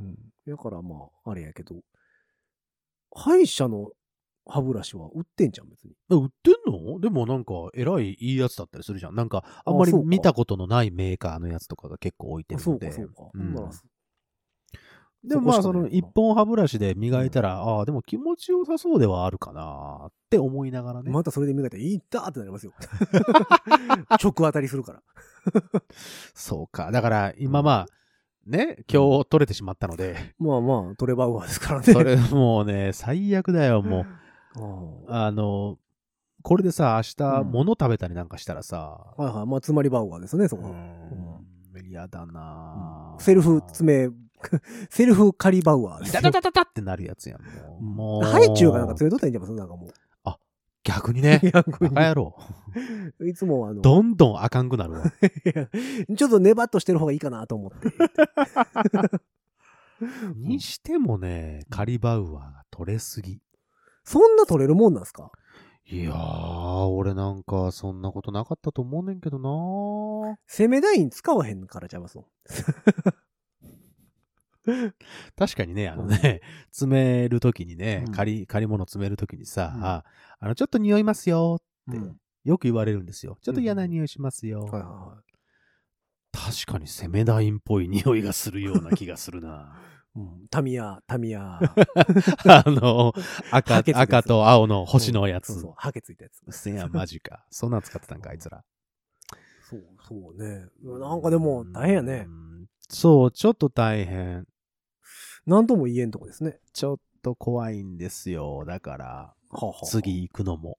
んだからまあ、あれやけど、歯医者の歯ブラシは売ってんじゃん、別に。え売ってんのでもなんか、えらいいいやつだったりするじゃん。なんか、あんまりそうか見たことのないメーカーのやつとかが結構置いてるそのうで。か、そうか。うんほんならそでもまあ、そそこしかのない一本歯ブラシで磨いたら、ああ、でも気持ちよさそうではあるかなって思いながらね。またそれで磨いたら、いったーってなりますよ。 直当たりするから。そうか。だから、今まあ、ね、今日取れてしまったので、まあまあ、トレバウアーですからね。それもうね、最悪だよ、もう。ああの、これでさ、明日うん物食べたりなんかしたらさあ、はいはい。まあ、つまりバウアーですね、そうこは。ん、嫌だなあセルフ爪、 セルフ仮バウアーでいすたよ。たたたたってなるやつやん。もうもう。ハイチュウがなんか詰めとったらいいんじゃないですかなんかもう。逆 にね。ヤングバにカ野郎。いつもあの、どんどんあかんくな るわ。いやちょっとネバっとしてる方がいいかなと思って。にしてもね、カリバウアーが取れすぎ。そんな取れるもんなんですかいやー、俺なんかそんなことなかったと思うねんけどなー攻め台に使わへんからちゃいますの。確かにね、あのね、詰めるときにねう、ん借り、借り物詰めるときにさ、うんああの、ちょっと匂いますよって、うんよく言われるんですよ。ちょっと嫌な匂いしますよ。はいはいは確かにセメダインっぽい匂いがするような気がする な。い。うん、タミヤ、タミヤ。あの、赤はけつく、やつ赤と青の 星のやつ。そうそう、ハゲついたやつ。せや、マジか。そんなん使ってたんか、あいつら。そう、そうね。なんかでも大変やねう。ん。そう、ちょっと大変。なんとも言えんとこですね。ちょっと怖いんですよ。だから、はあはあ。次行くのも。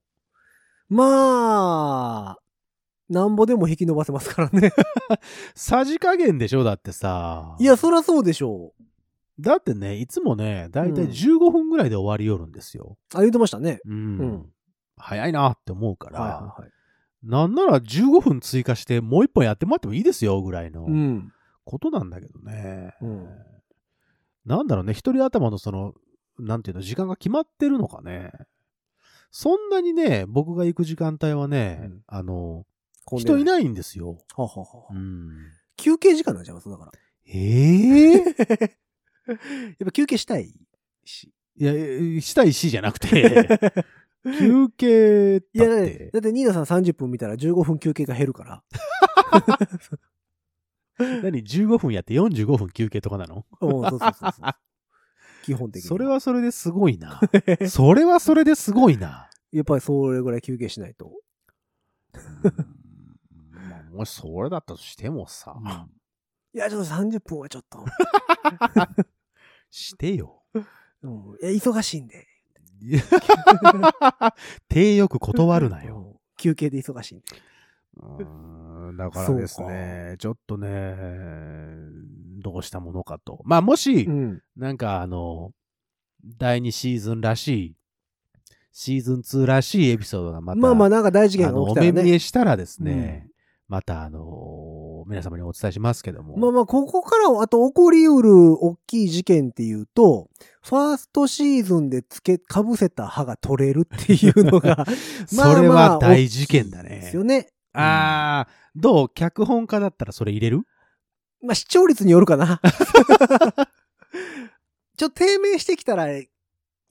まあ、なんぼでも引き伸ばせますから ね。さじ加減でしょだってさ。いや、、そらそうでしょう。だってね、いつもね、だいたいうん15分ぐらいで終わりよるんですよ。あ、言ってましたね。うん。うん早いなって思うから、はいはいはい。なんなら15分追加してもう一本やってもらってもいいですよぐらいのうん。ことなんだけどね。うんなんだろうね、一人頭のその、なんていうの、時間が決まってるのかね。そんなにね、僕が行く時間帯はね、うんあの、人いい。ないんですよ。はあはあはあうん。休憩時間なんちゃいますだから。ええやっぱ休憩したいし。いやえ、したいしじゃなくて、休憩だって。いや、だって、だってニーナさん30分見たら15分休憩が減るから。何 ?15 分やって45分休憩とかなのうん、そうそう そうそう。基本的に。それ。はそれですごいな。それはそれですごいな。やっぱりそれぐらい休憩しないと。まあもしそれだったとしてもさ、いや、ちょっと30分はちょっ と。してよ。うん、いや忙しいんで。いや手よく断るなよ。うん休憩で忙しいんで。うーんだかそらうかですね、ちょっとね、どうしたものかと。まあ、もし、うん。なんかあの、第2シーズンらしい、シーズン2らしいエピソードがまた、まあまあ、あなんか大事件がの起きおたら目見ね。えしたらですね、また、あの、皆様にお伝えしますけども。まあまあ、ここからは、あと起こりうる大きい事件っていうと、ファーストシーズンでつけ、かぶせた歯が取れるっていうのが、それは大事件だでねす。よね。ああ、どう脚本家だったらそれ入れるまあ、視聴率によるかな。 ちょっと低迷してきたら、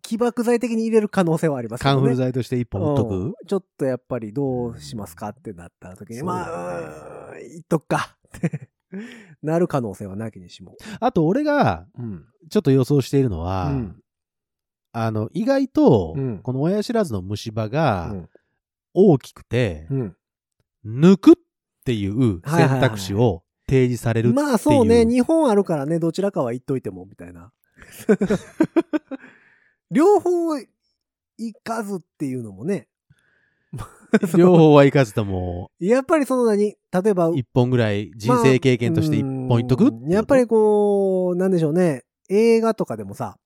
起爆剤的に入れる可能性はありますけカンどフルね。剤として一本打っとくうんちょっとやっぱりどうしますかってなった時に、そうまだねあ、うーんいっとくかって なる可能性はなきにしも。あと、俺が、うん。ちょっと予想しているうのは、ん。あの、意外と、うんこの親知らずの虫歯うがん大きくて、うん抜くっていう選択肢を提示されるっていう。まあそうね、日本あるからね、どちらかは言っといても、みたい な。両方行かずっていうのもね。 両方はいかずとも、 やっぱりその何、例えば、一本ぐらい人生経験として一本いっとくうんやっぱり、こう、なんでしょうね。映画とかでもさ、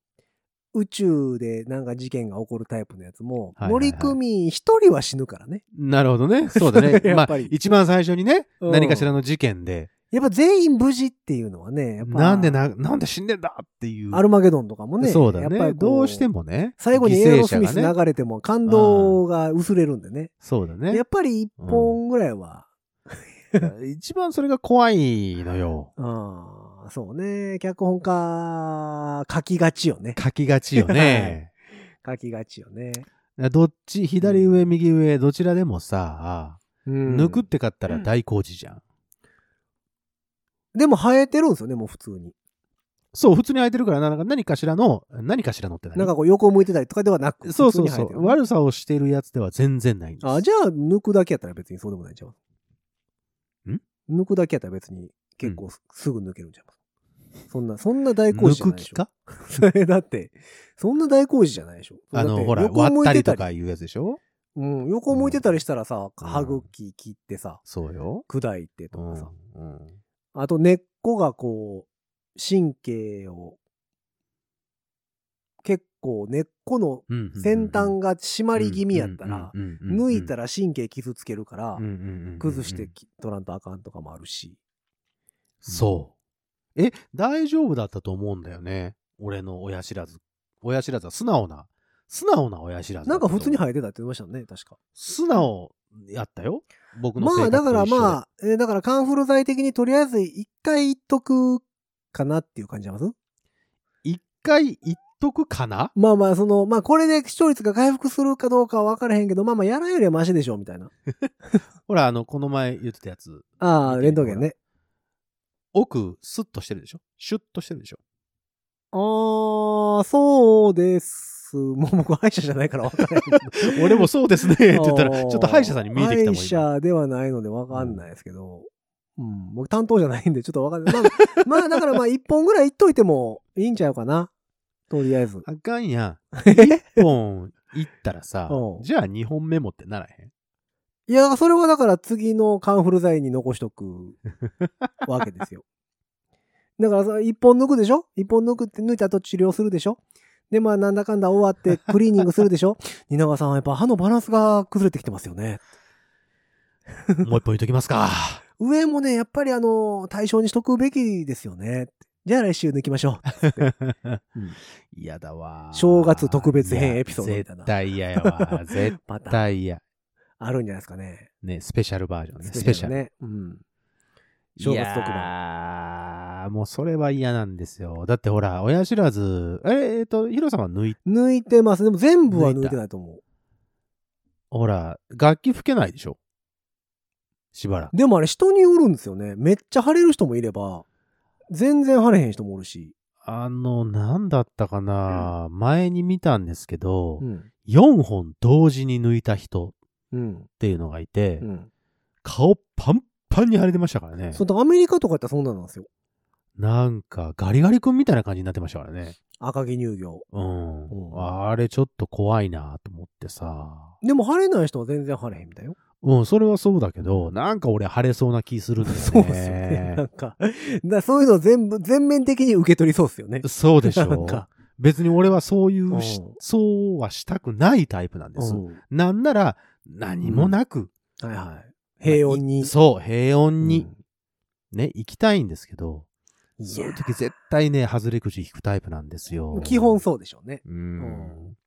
宇宙でなんか事件が起こるタイプのやつも、はいはいはい乗組員一人は死ぬからね。 なるほどね。そうだね。やまっあぱり、一番最初にね、うん何かしらの事件でやっぱ全員無事っていうのはね、やっぱなんでな、なんで死んでんだっていう。アルマゲドンとかもね、そうだやっぱね。りこどうしてもね。最後にエア犠牲ロス者ミがスね。流れても感動が薄れるんでね。そうだねや。っぱり一本ぐらいは、一番それが怖いのよ。ああ、そうね。脚本家、書きがちよね。書きがちよ ね。書きがちよね。どっち、左上、右上、どちらでもさ、うん抜くって買ったら大工事じゃん。でも生えてるんですよね、もう普通に。そう、普通に空いてるからな、なんか何かしらの、何かしらのって何なんかこう横向いてたりとかではなく。そうそうそ普通に生えてう。る悪さをしてるやつでは全然ないんです。あ、じゃあ抜くだけやったら別にそうでもないんちゃうんん抜くだけやったら別に結構す,、ぐ抜けるんちゃいますそんな、そんな大工事じゃ抜なくいでし気ょ。かそれ だって、そんな大工事じゃないでしょ。あだっの、てほら、横割っ向たいてりたとりかいうやつでしょうん、横向いてたりしたらさ、うん歯茎切ってさ、そうよ。砕いてとうかんさ、。うんあと根っこがこう、神経を、結構根っこのうん先端が締まり気味やったら、抜いたらら神経傷つけるから、崩してきき取らんとあかんとかもあるし。そう。え、大丈夫だったと思うんだよね。俺の親知らず。親知らずは素直な、素直な親知らずだなったんかと思う。普通に生えてたって言いましたよね、確か。素直やったよ。僕の性まあ、格とだ一か緒らあ。まあ、えーだからカンフル剤的にとりあえず一回言っとくかなっていう感じなんです一回言っとくかなまあまあ、その、まあこれで視聴率が回復するかどうかは分からへんけど、まあまあ、やらんよりはマシでしょ、みたいな。ほら、あの、この前言ってたやつ。ああ、レントゲンね。奥、スッとしてるでしょシュッとし てるでしょああ、そうです。もう僕、歯医者じゃないから分からへんけど。 俺もそう ですねって言ったら、ちょっと歯医者さんに見えてきたもん。歯医今者ではないので分かんないですけど、うん、僕担当じゃないんでちょっと分かんない。まあ、まあだからまあ一本ぐらいいっといてもいいんちゃうかな。とりあえ ず。あかんやん。い一本行ったらさう、んじゃあ二本目もってならへん。や、それはだから次のカンフル剤に残しと くわけですよ。だからさ、一本抜くでしょ一本抜くって抜いた後治療するでしょで、まあなんだかんだ終わってクリーニングするでし ょ蜷川さんはやっぱ歯のバランスが崩れてきてますよね。もう一本言っときますか。上もね、やっぱりあの、対象にしとくべきですよね。じゃあ来週抜きましょう。 嫌だわ。正月特別編エピソードみたいな絶対嫌やわ。絶また対嫌。あるんじゃないですかね。ね、スペシャルバージョンね。ススペペシシャャル。ルね。うん。正月特番いやーもうそれは嫌なんですよ。だってほら、親知らず、ええっと、ヒロさんは抜い、抜いてます。でも全部は抜いてないと思う。ほら、楽器吹けないでしょしばらく。でもあれ人によるんですよね。めっちゃ腫れる人もいれば、全然腫れへん人もおるし。あの、なんだったかな、前に見たんですけどう、ん。 4本同時に抜いた人っうん。ていうのがいて、うん。顔パンパンに腫れてましたからね。そう、だからアメリカとかやったらそんなんなんですよ。なんか、ガリガリ君みたいな感じになってましたからね。赤城乳業。うん。うんあれちょっと怖いなと思ってさ。でも腫れない人は全然腫れへんみたいよ。うん、それはそうだけど、なんか俺腫れそうな気するんだよね。そうですよね。 なんか、だからそういうのを全部、全面的に受け取りそうですよね。そうでしなょんか。別に俺はそういうしうん、そうはしたくないタイプなんでうす。ん。なんなら、何もなく、はいはい。平穏に。そう、平う穏んに、ね、行きたいんですけど、いそうやいう時絶対ね、外れ口引くタイプなんですよ。基本そうでしょうね。うん。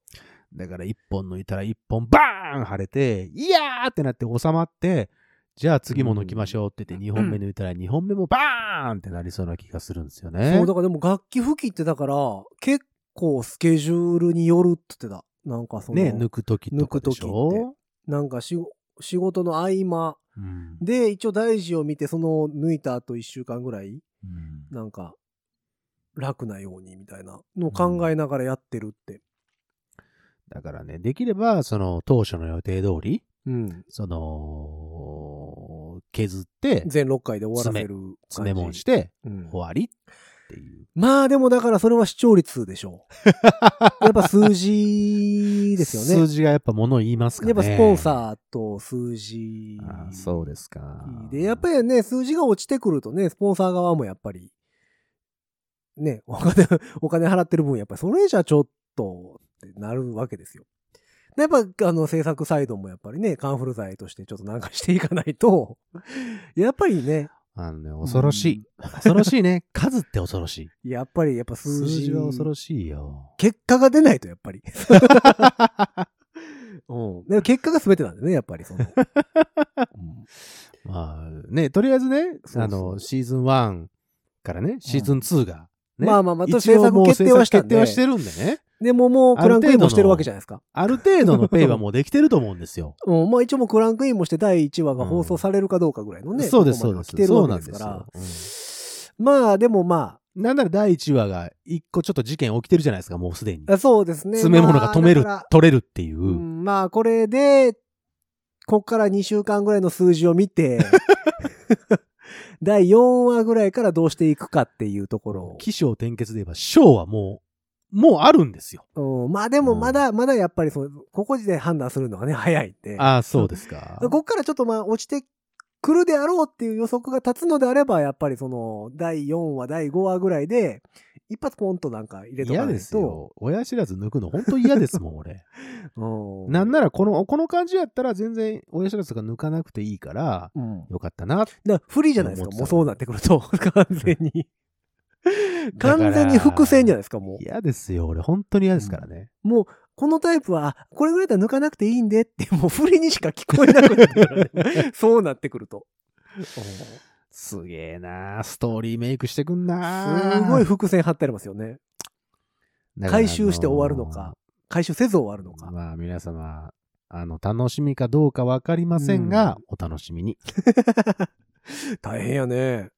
だから一本抜いたら一本バーン腫れて、いやーってなって収まって、じゃあ次も抜きましょうって言って二本目抜いたら二本目もバーンってなりそうな気がするんですよね。そう、だからでも楽器吹きってだから、結構スケジュールによるって言ってた。なんかその、ね、抜く時とかでし抜くょ、なんかし仕事の合間うんで、一応大事を見て、その抜いた後1週間ぐらい、うんなんか、楽なようにみたいなのを考えながらやってるって。だからね、できれば、その当初の予定通り、うん。その、削って、全6回で終わらせる感じ。詰め物して、うん終わりっていう。まあでもだからそれは視聴率でし ょう。やっぱ数字ですよね。数字がやっぱ物を言いますかやね。っぱスポンサーと数字あーそうですか。で、やっぱりね、数字が落ちてくるとね、スポンサー側もやっぱり、ね、お金、 お金払ってる分、やっぱりそれじゃちょっとってなるわけですよ。でやっぱ、あの、制 作サイドもやっぱりね、カンフル剤としてちょっとなんかしていかないと、やっぱりね、あのね、恐ろしい。恐ろしいね。 数って恐ろしい。やっぱり、やっぱ数数字。字は恐ろしい。しいよ。結果が出ないと、やっぱり。うんで結果が全てなんだよね、やっぱり その。まあね、とりあえずね、そうそうあの、シーズン1からね、シーズン2が、ねまあまあまあ一応制作もう決定はしたんで制作決定はしてるんでね。でももうクランクインもしてるわけじゃないですか。ある程度のペイはもうできてると思うんで すよ。うん、まあ一応もうクランクインもして第1話が放送されるかどうかぐらいのね、そうです、とこそうまでで。す来てるそうわなんけでですすからよ。。うんまあでもまなんなら第1話が一個ちょっと事件起きてるじゃないですか、もうすでに。あ、そうですね。詰め物が止める、まあだから取れるっていう。うん、まあこれで、こっから2週間ぐらいの数字を見て、 第4話ぐらいからどうしていくかっていうところ起承転結で言えば、章はもう、もうあるんですよ。を。うん、まあでもまだ、まだやっぱりその、ここで判断するのはね、早いんで。ああ、そうですか。 ここからちょっとまあ落ちてくるであろうっていう予測が立つのであれば、やっぱりその第4話、第5話ぐらいで、一発ポンとなんか入れとか嫌ないですと。よ。親知らず抜くの本当嫌ですもん、俺。うなんならこの、この感じやったら全然親知らずが抜かなくていいから、うん。よかったな。だから不利じゃないですか、思ってたもうそうなってくると。完全 に。完全に伏線じゃないでですか、もう。嫌ですよ、俺。本当に嫌ですからね。もう、このタイプは、あこれぐらいだったら抜かなくていいんでって、もう不利にしか聞こえなくなってくる からねそうなってくると。すげえなあストーリーメイクしてくんなすあごい伏線張ってありますよね。だから回収して終わるのか、回収せず終わるのあかのー。まあ皆様、あの、楽しみかどうかわかりませんが、お楽しみに。大変やね。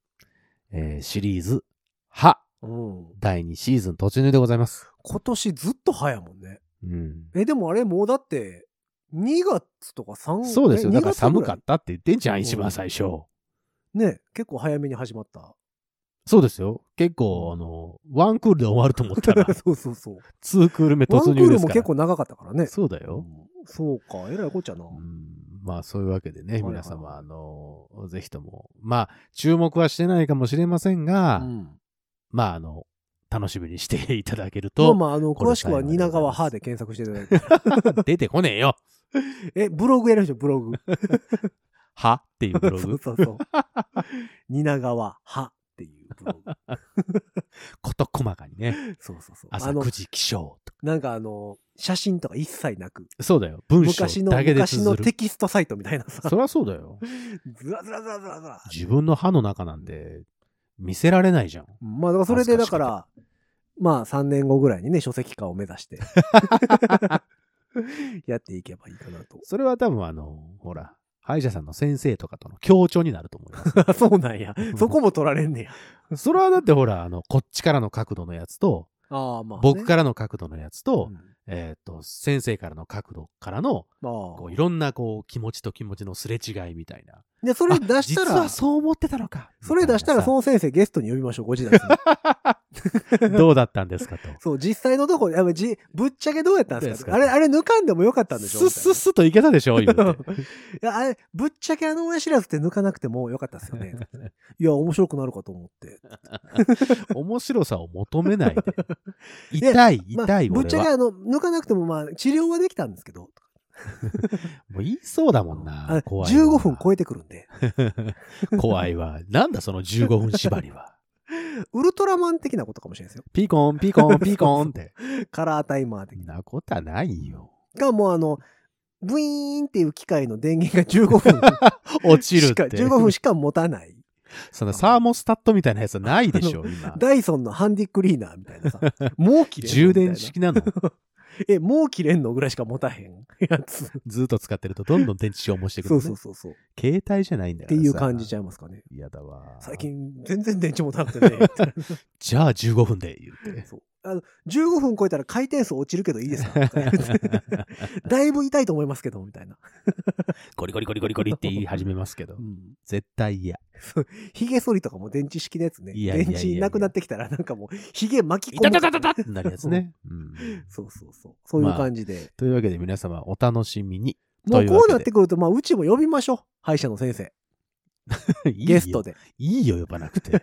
えーシリーズ、は、うん。第2シーズン途中でございます。今年ずっと早もんね。うん。え、でもあれ、もうだって、2月とか3月そうですよ。ねだから寒か2月ったって言ってんじゃ、うんん一番最初。ぐらいね、結構早めに始まった。、そうですよ。結構、あの、ワンクールで終わると思った らそうそうそう。ツークール目ワンク突ー入でルすもから。結構長かったからね。そうだよ。うんそうか、えらいこっちゃな。うんまあそういうわけでね、いはい皆様、あの、ぜひとも、まあ注目はしてないかもしれませんが、うんまああの、楽しみにしていただけるまあと、まあ、あの、これ詳しくは幸いでござい蜷川ます派で検索していただいて。 出てこねえよえ、ブログやるでしょ、ブログ。はっていうブ ロそグう。そうそう。蜷川派っていうブログ。 こと細かにね、そうそうそう。朝あの9、時起床とか。なんかあの、写真とか一切なく、そうだよ。文章昔の、だけで昔の綴るテ。キストサイトみたいなさ、そりゃそうだよ。ずらずらずらずらずら。自分の歯の中なんて見せられないじゃん。まあ、だからそれでだから、まあ3年後ぐらいにね、書籍化を目指 して、やっていけばいいかなと。それは多分あの、ほら、歯医者さんの先生とかとの協調になると思いま す。あそうなんや。そこも取られんねや。それはだってほら、あの、こっちからの角度のやつと、ああ、まあ、僕らからの角度のやつと、うんえーっと、先生からの角度からの、まこあう、いろんなこう、気持ちと気持ちのすれ違いみたいな。で、それ出したあ実らは、そう思ってたのか。それ出したら、そみの先生ゲストに呼びましょう、ご時代 さん たいなさどうだったんですかと。そう、実際のとこ、やっぱじぶっちゃけどうやったんですかどあうでれ、すかあれ抜かんでもよかったんでしょスッスッスッといけたでしょ 言うみたていないや、あれ、ぶっちゃけあの親知らずって抜かなくてもよかったですよ ね。いや、面白くなるかと思って。面白さを求め ないで。痛い、まあ痛い、ぶっち俺ゃけは。あの、抜かなくてもまあ、治療はできたんですけど。もう言いそうだもんあな。怖いわ。 15分超えてくるんで。 怖いわ。なんだその15分縛りは。ウルトラマン的なことかもしれないです ピコン、ピ コン、ピコンって。よ。カラータイマー的そんなことはないよ。がもうあの、ブイーンっていう機械の電源が15分 落ちるしって。か、15分しか持たない。そのサーモスタットみたいなやつはないでしょ、 今。ダイソンのハンディクリーナーみたい なさ、もう切れんの充電。式なみの。たいなえ、もう切れんのぐらいしか持たへんやつ。ずっと使ってるとどんどん電池消耗してくる、そね。うそうそうそう。っ携帯じゃないんだかてらいう感じちゃゃいますかね。ん。嫌だわ。最。近全然電池持たなくてね。 じゃあ15分で言 って。そうあの15分超えたら回転数落ちるけどいいですかとか言って だいぶ痛いと思いますけど、みたいな。ゴリゴリゴリゴリゴリって言い始めますけどう。ん絶対嫌。ヒゲ剃りとかも電池式のやつね。いやいやいやいや電池なくなってきたらなんかもうヒゲ巻きい込たむたたたたってなるやつね。うん。そうそうそう。そういう感じで。 というわけで皆様お楽しみ に。もうというわこけうでなってくると、まあ、うちも呼びましょう。歯医者の先生。ゲストで。で。いいよ、呼ばなくて。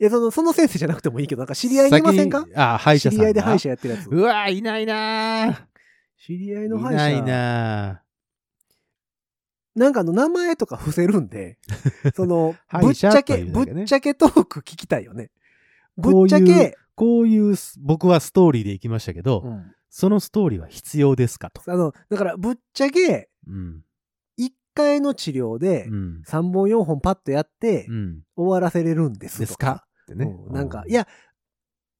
いや、その、その先生じゃなくてもいいけど、なんか知り合いにいませんか先にあ、歯医者知さんが。り合いで歯医者やってるやつ。うわーいないなー知り合いいの歯医な者。いななんかあの名前とか伏せるん で、その、歯ぶっ医ち者ゃとけ、いうだけねぶっちゃけトーク聞きたいよね。こぶういうっちゃけ、こういうす僕はストーリーでいきましたけど、うんそのストーリーは必要ですかと。あの、だからぶっちゃけ、うん。 1回の治療でうん。 3本4本パッとやってうん。終わらせれるんですとですかってねう。んなんかう、い、や、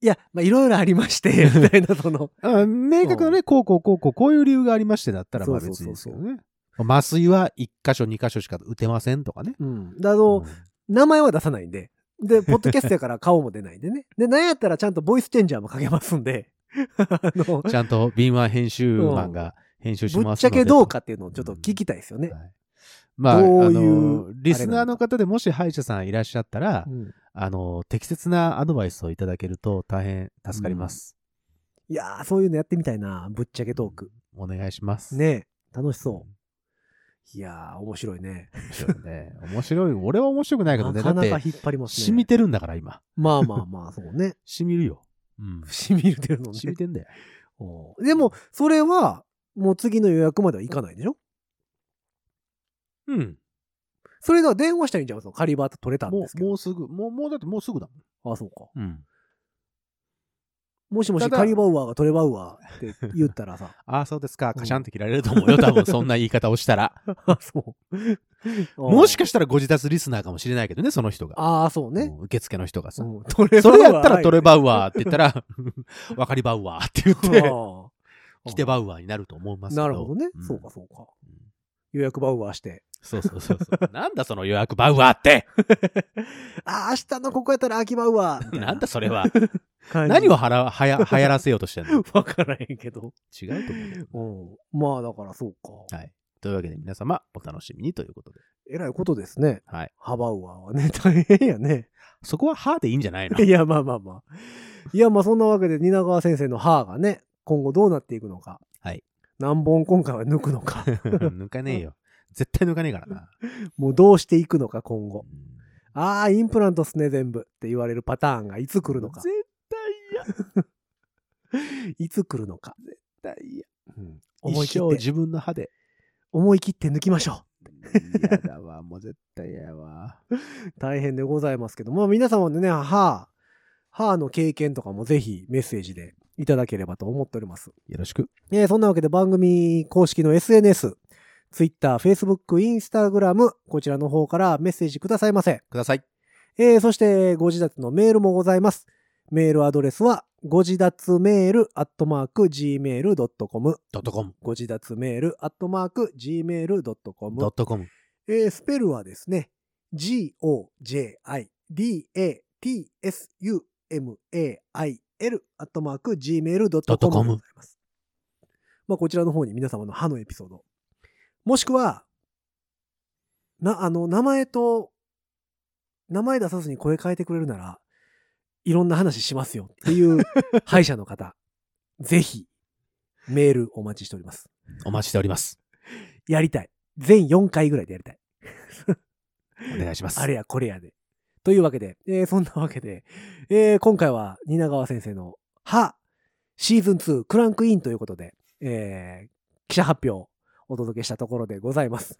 いや、まあ、いろいろありまして、 みたいな、その、あ明確なね、こうこうこうこう、こういう理由がありましてだったら、まあそう別そにうですそけうどね。麻酔は1箇所2箇所しか打てませんとかね。うん。だの、うん名前は出さないんで。で、ポッドキャストやから顔も出ないんでね。で、なんやったらちゃんとボイスチェンジャーもかけますんで。 あの、ちゃんと敏腕編集マンが編集しますのでぶっちゃけどうかっていうのをちょっと聞きたいですよね。はいまあ、どうあいうあのれなのかリスナーの方でもし歯医者さんいらっしゃったらう、んあの、適切なアドバイスをいただけると大変助かります。いやー、そういうのやってみたいな。ぶっちゃけトーク。お願いします。ねえ楽しうん。そう。いやー、面白いね。面白いね。面白い。俺は面白くないけどなね。かなだかって、引っ張りますね。染みてるんだから今。まあまあまあ、そうね。染みるよ。うん。染みるてるのね。 染みてんだよ。おうでも、それは、もう次の予約まではいかないでしょうん。それでは電話したらいいんじゃん。そのカリバーと取れたんもですう、けど。もうすぐ、もう、もうだってもうすぐだあ、そうか。もん。うん。もしもしただカリバウアーが取れバウアーって言ったらさ。ああ、そうですか。カシャンって切られると 思うよ。多分、そんな言い方をしたら。あ、そう。 もしかししたらご自宅リスナーかもしれないけどね、その人が。ああ、そうね。うん受付の人がさ。うんト レバウアーそれやったらトレバウアーって言っ たら、わかりバウアーって言入っって、ああ来てバウアーになると思いますけど。なるほどね。んそうか、。そうか。予約バウアーして。そうそうそうそう。なんだその予約バウアーって ああ、明日のここやったら秋バウアーみたいななんだそ れは。感じ。何をはら、はや、流行らせようとしてるの わからへんけど。違うと思うけど。うん。まあ、だからそうか。はい。というわけで皆様、お楽しみにということで。えらいことですね。はい。ハバウアーはね、 大変やね。そこは歯でいいんじゃない のいや、まあまあまあ。いや、まあそんなわけで、蜷川先生の歯がね、今後どうなっていくのか。はい。何本今回は抜くの か。抜かねえよ。絶対抜かねえからな。もうどうしていくのか、今う後。んああ、インプラントっすね、全部。って言われるパターンがいつ来るのか。絶いつ来るのか。対嫌。うん思思いい切切っってて、自分の歯で。思い切って抜きましょ嫌だわ。もう絶対嫌やわ。う。大変でございますけども、皆様のね、歯、歯の経験とかもぜひメッセージでいただければと思っております。よろしく。えーそんなわけで番組公式の SNS、Twitter、Facebook、Instagram、こちらの方からメッセージくださいませ。ください。えーそして、ご自立のメールもございます。メールアドレスは、ご自立メールアットマーク gmail.com。ドットコム。ご自立メールアットマークドッ gmail.com。トコム。えースペルはですね、g-o-j-i-d-a-t-s-u-m-a-i-l アットマーク gmail.com でございます。まあ、こちらの方に皆様の歯のエピソード。もしくは、な、あの、名前と、名前出さずに声変えてくれるなら、いろんな話しますよっていう歯医者の方、ぜひ、メールお待ちしております。お待ちしております。やりたい。全4回ぐらいでやりたい。お願いします。あれやこれやで。というわけで、えーそんなわけで、えー今回は蜷川先生の歯シーズン2クランクインということで、えー記者発表をお届けしたところでございます。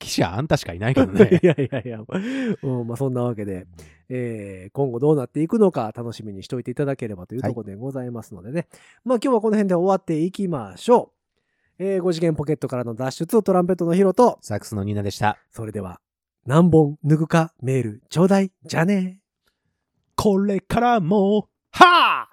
記者あんたしかいないけど ねい。やいやいや、うんまあ、そんなわけで、えー今後どうなっていくのか楽しみにしておいていただければというところでございますのでね。まあ今日はこの辺で終わっていきましょう。え5次元ポケットからの脱出トランペットのヒロと、サックスのニーナでした。それでは何本脱ぐかメールちょうだいじゃあねー。これからも、はあ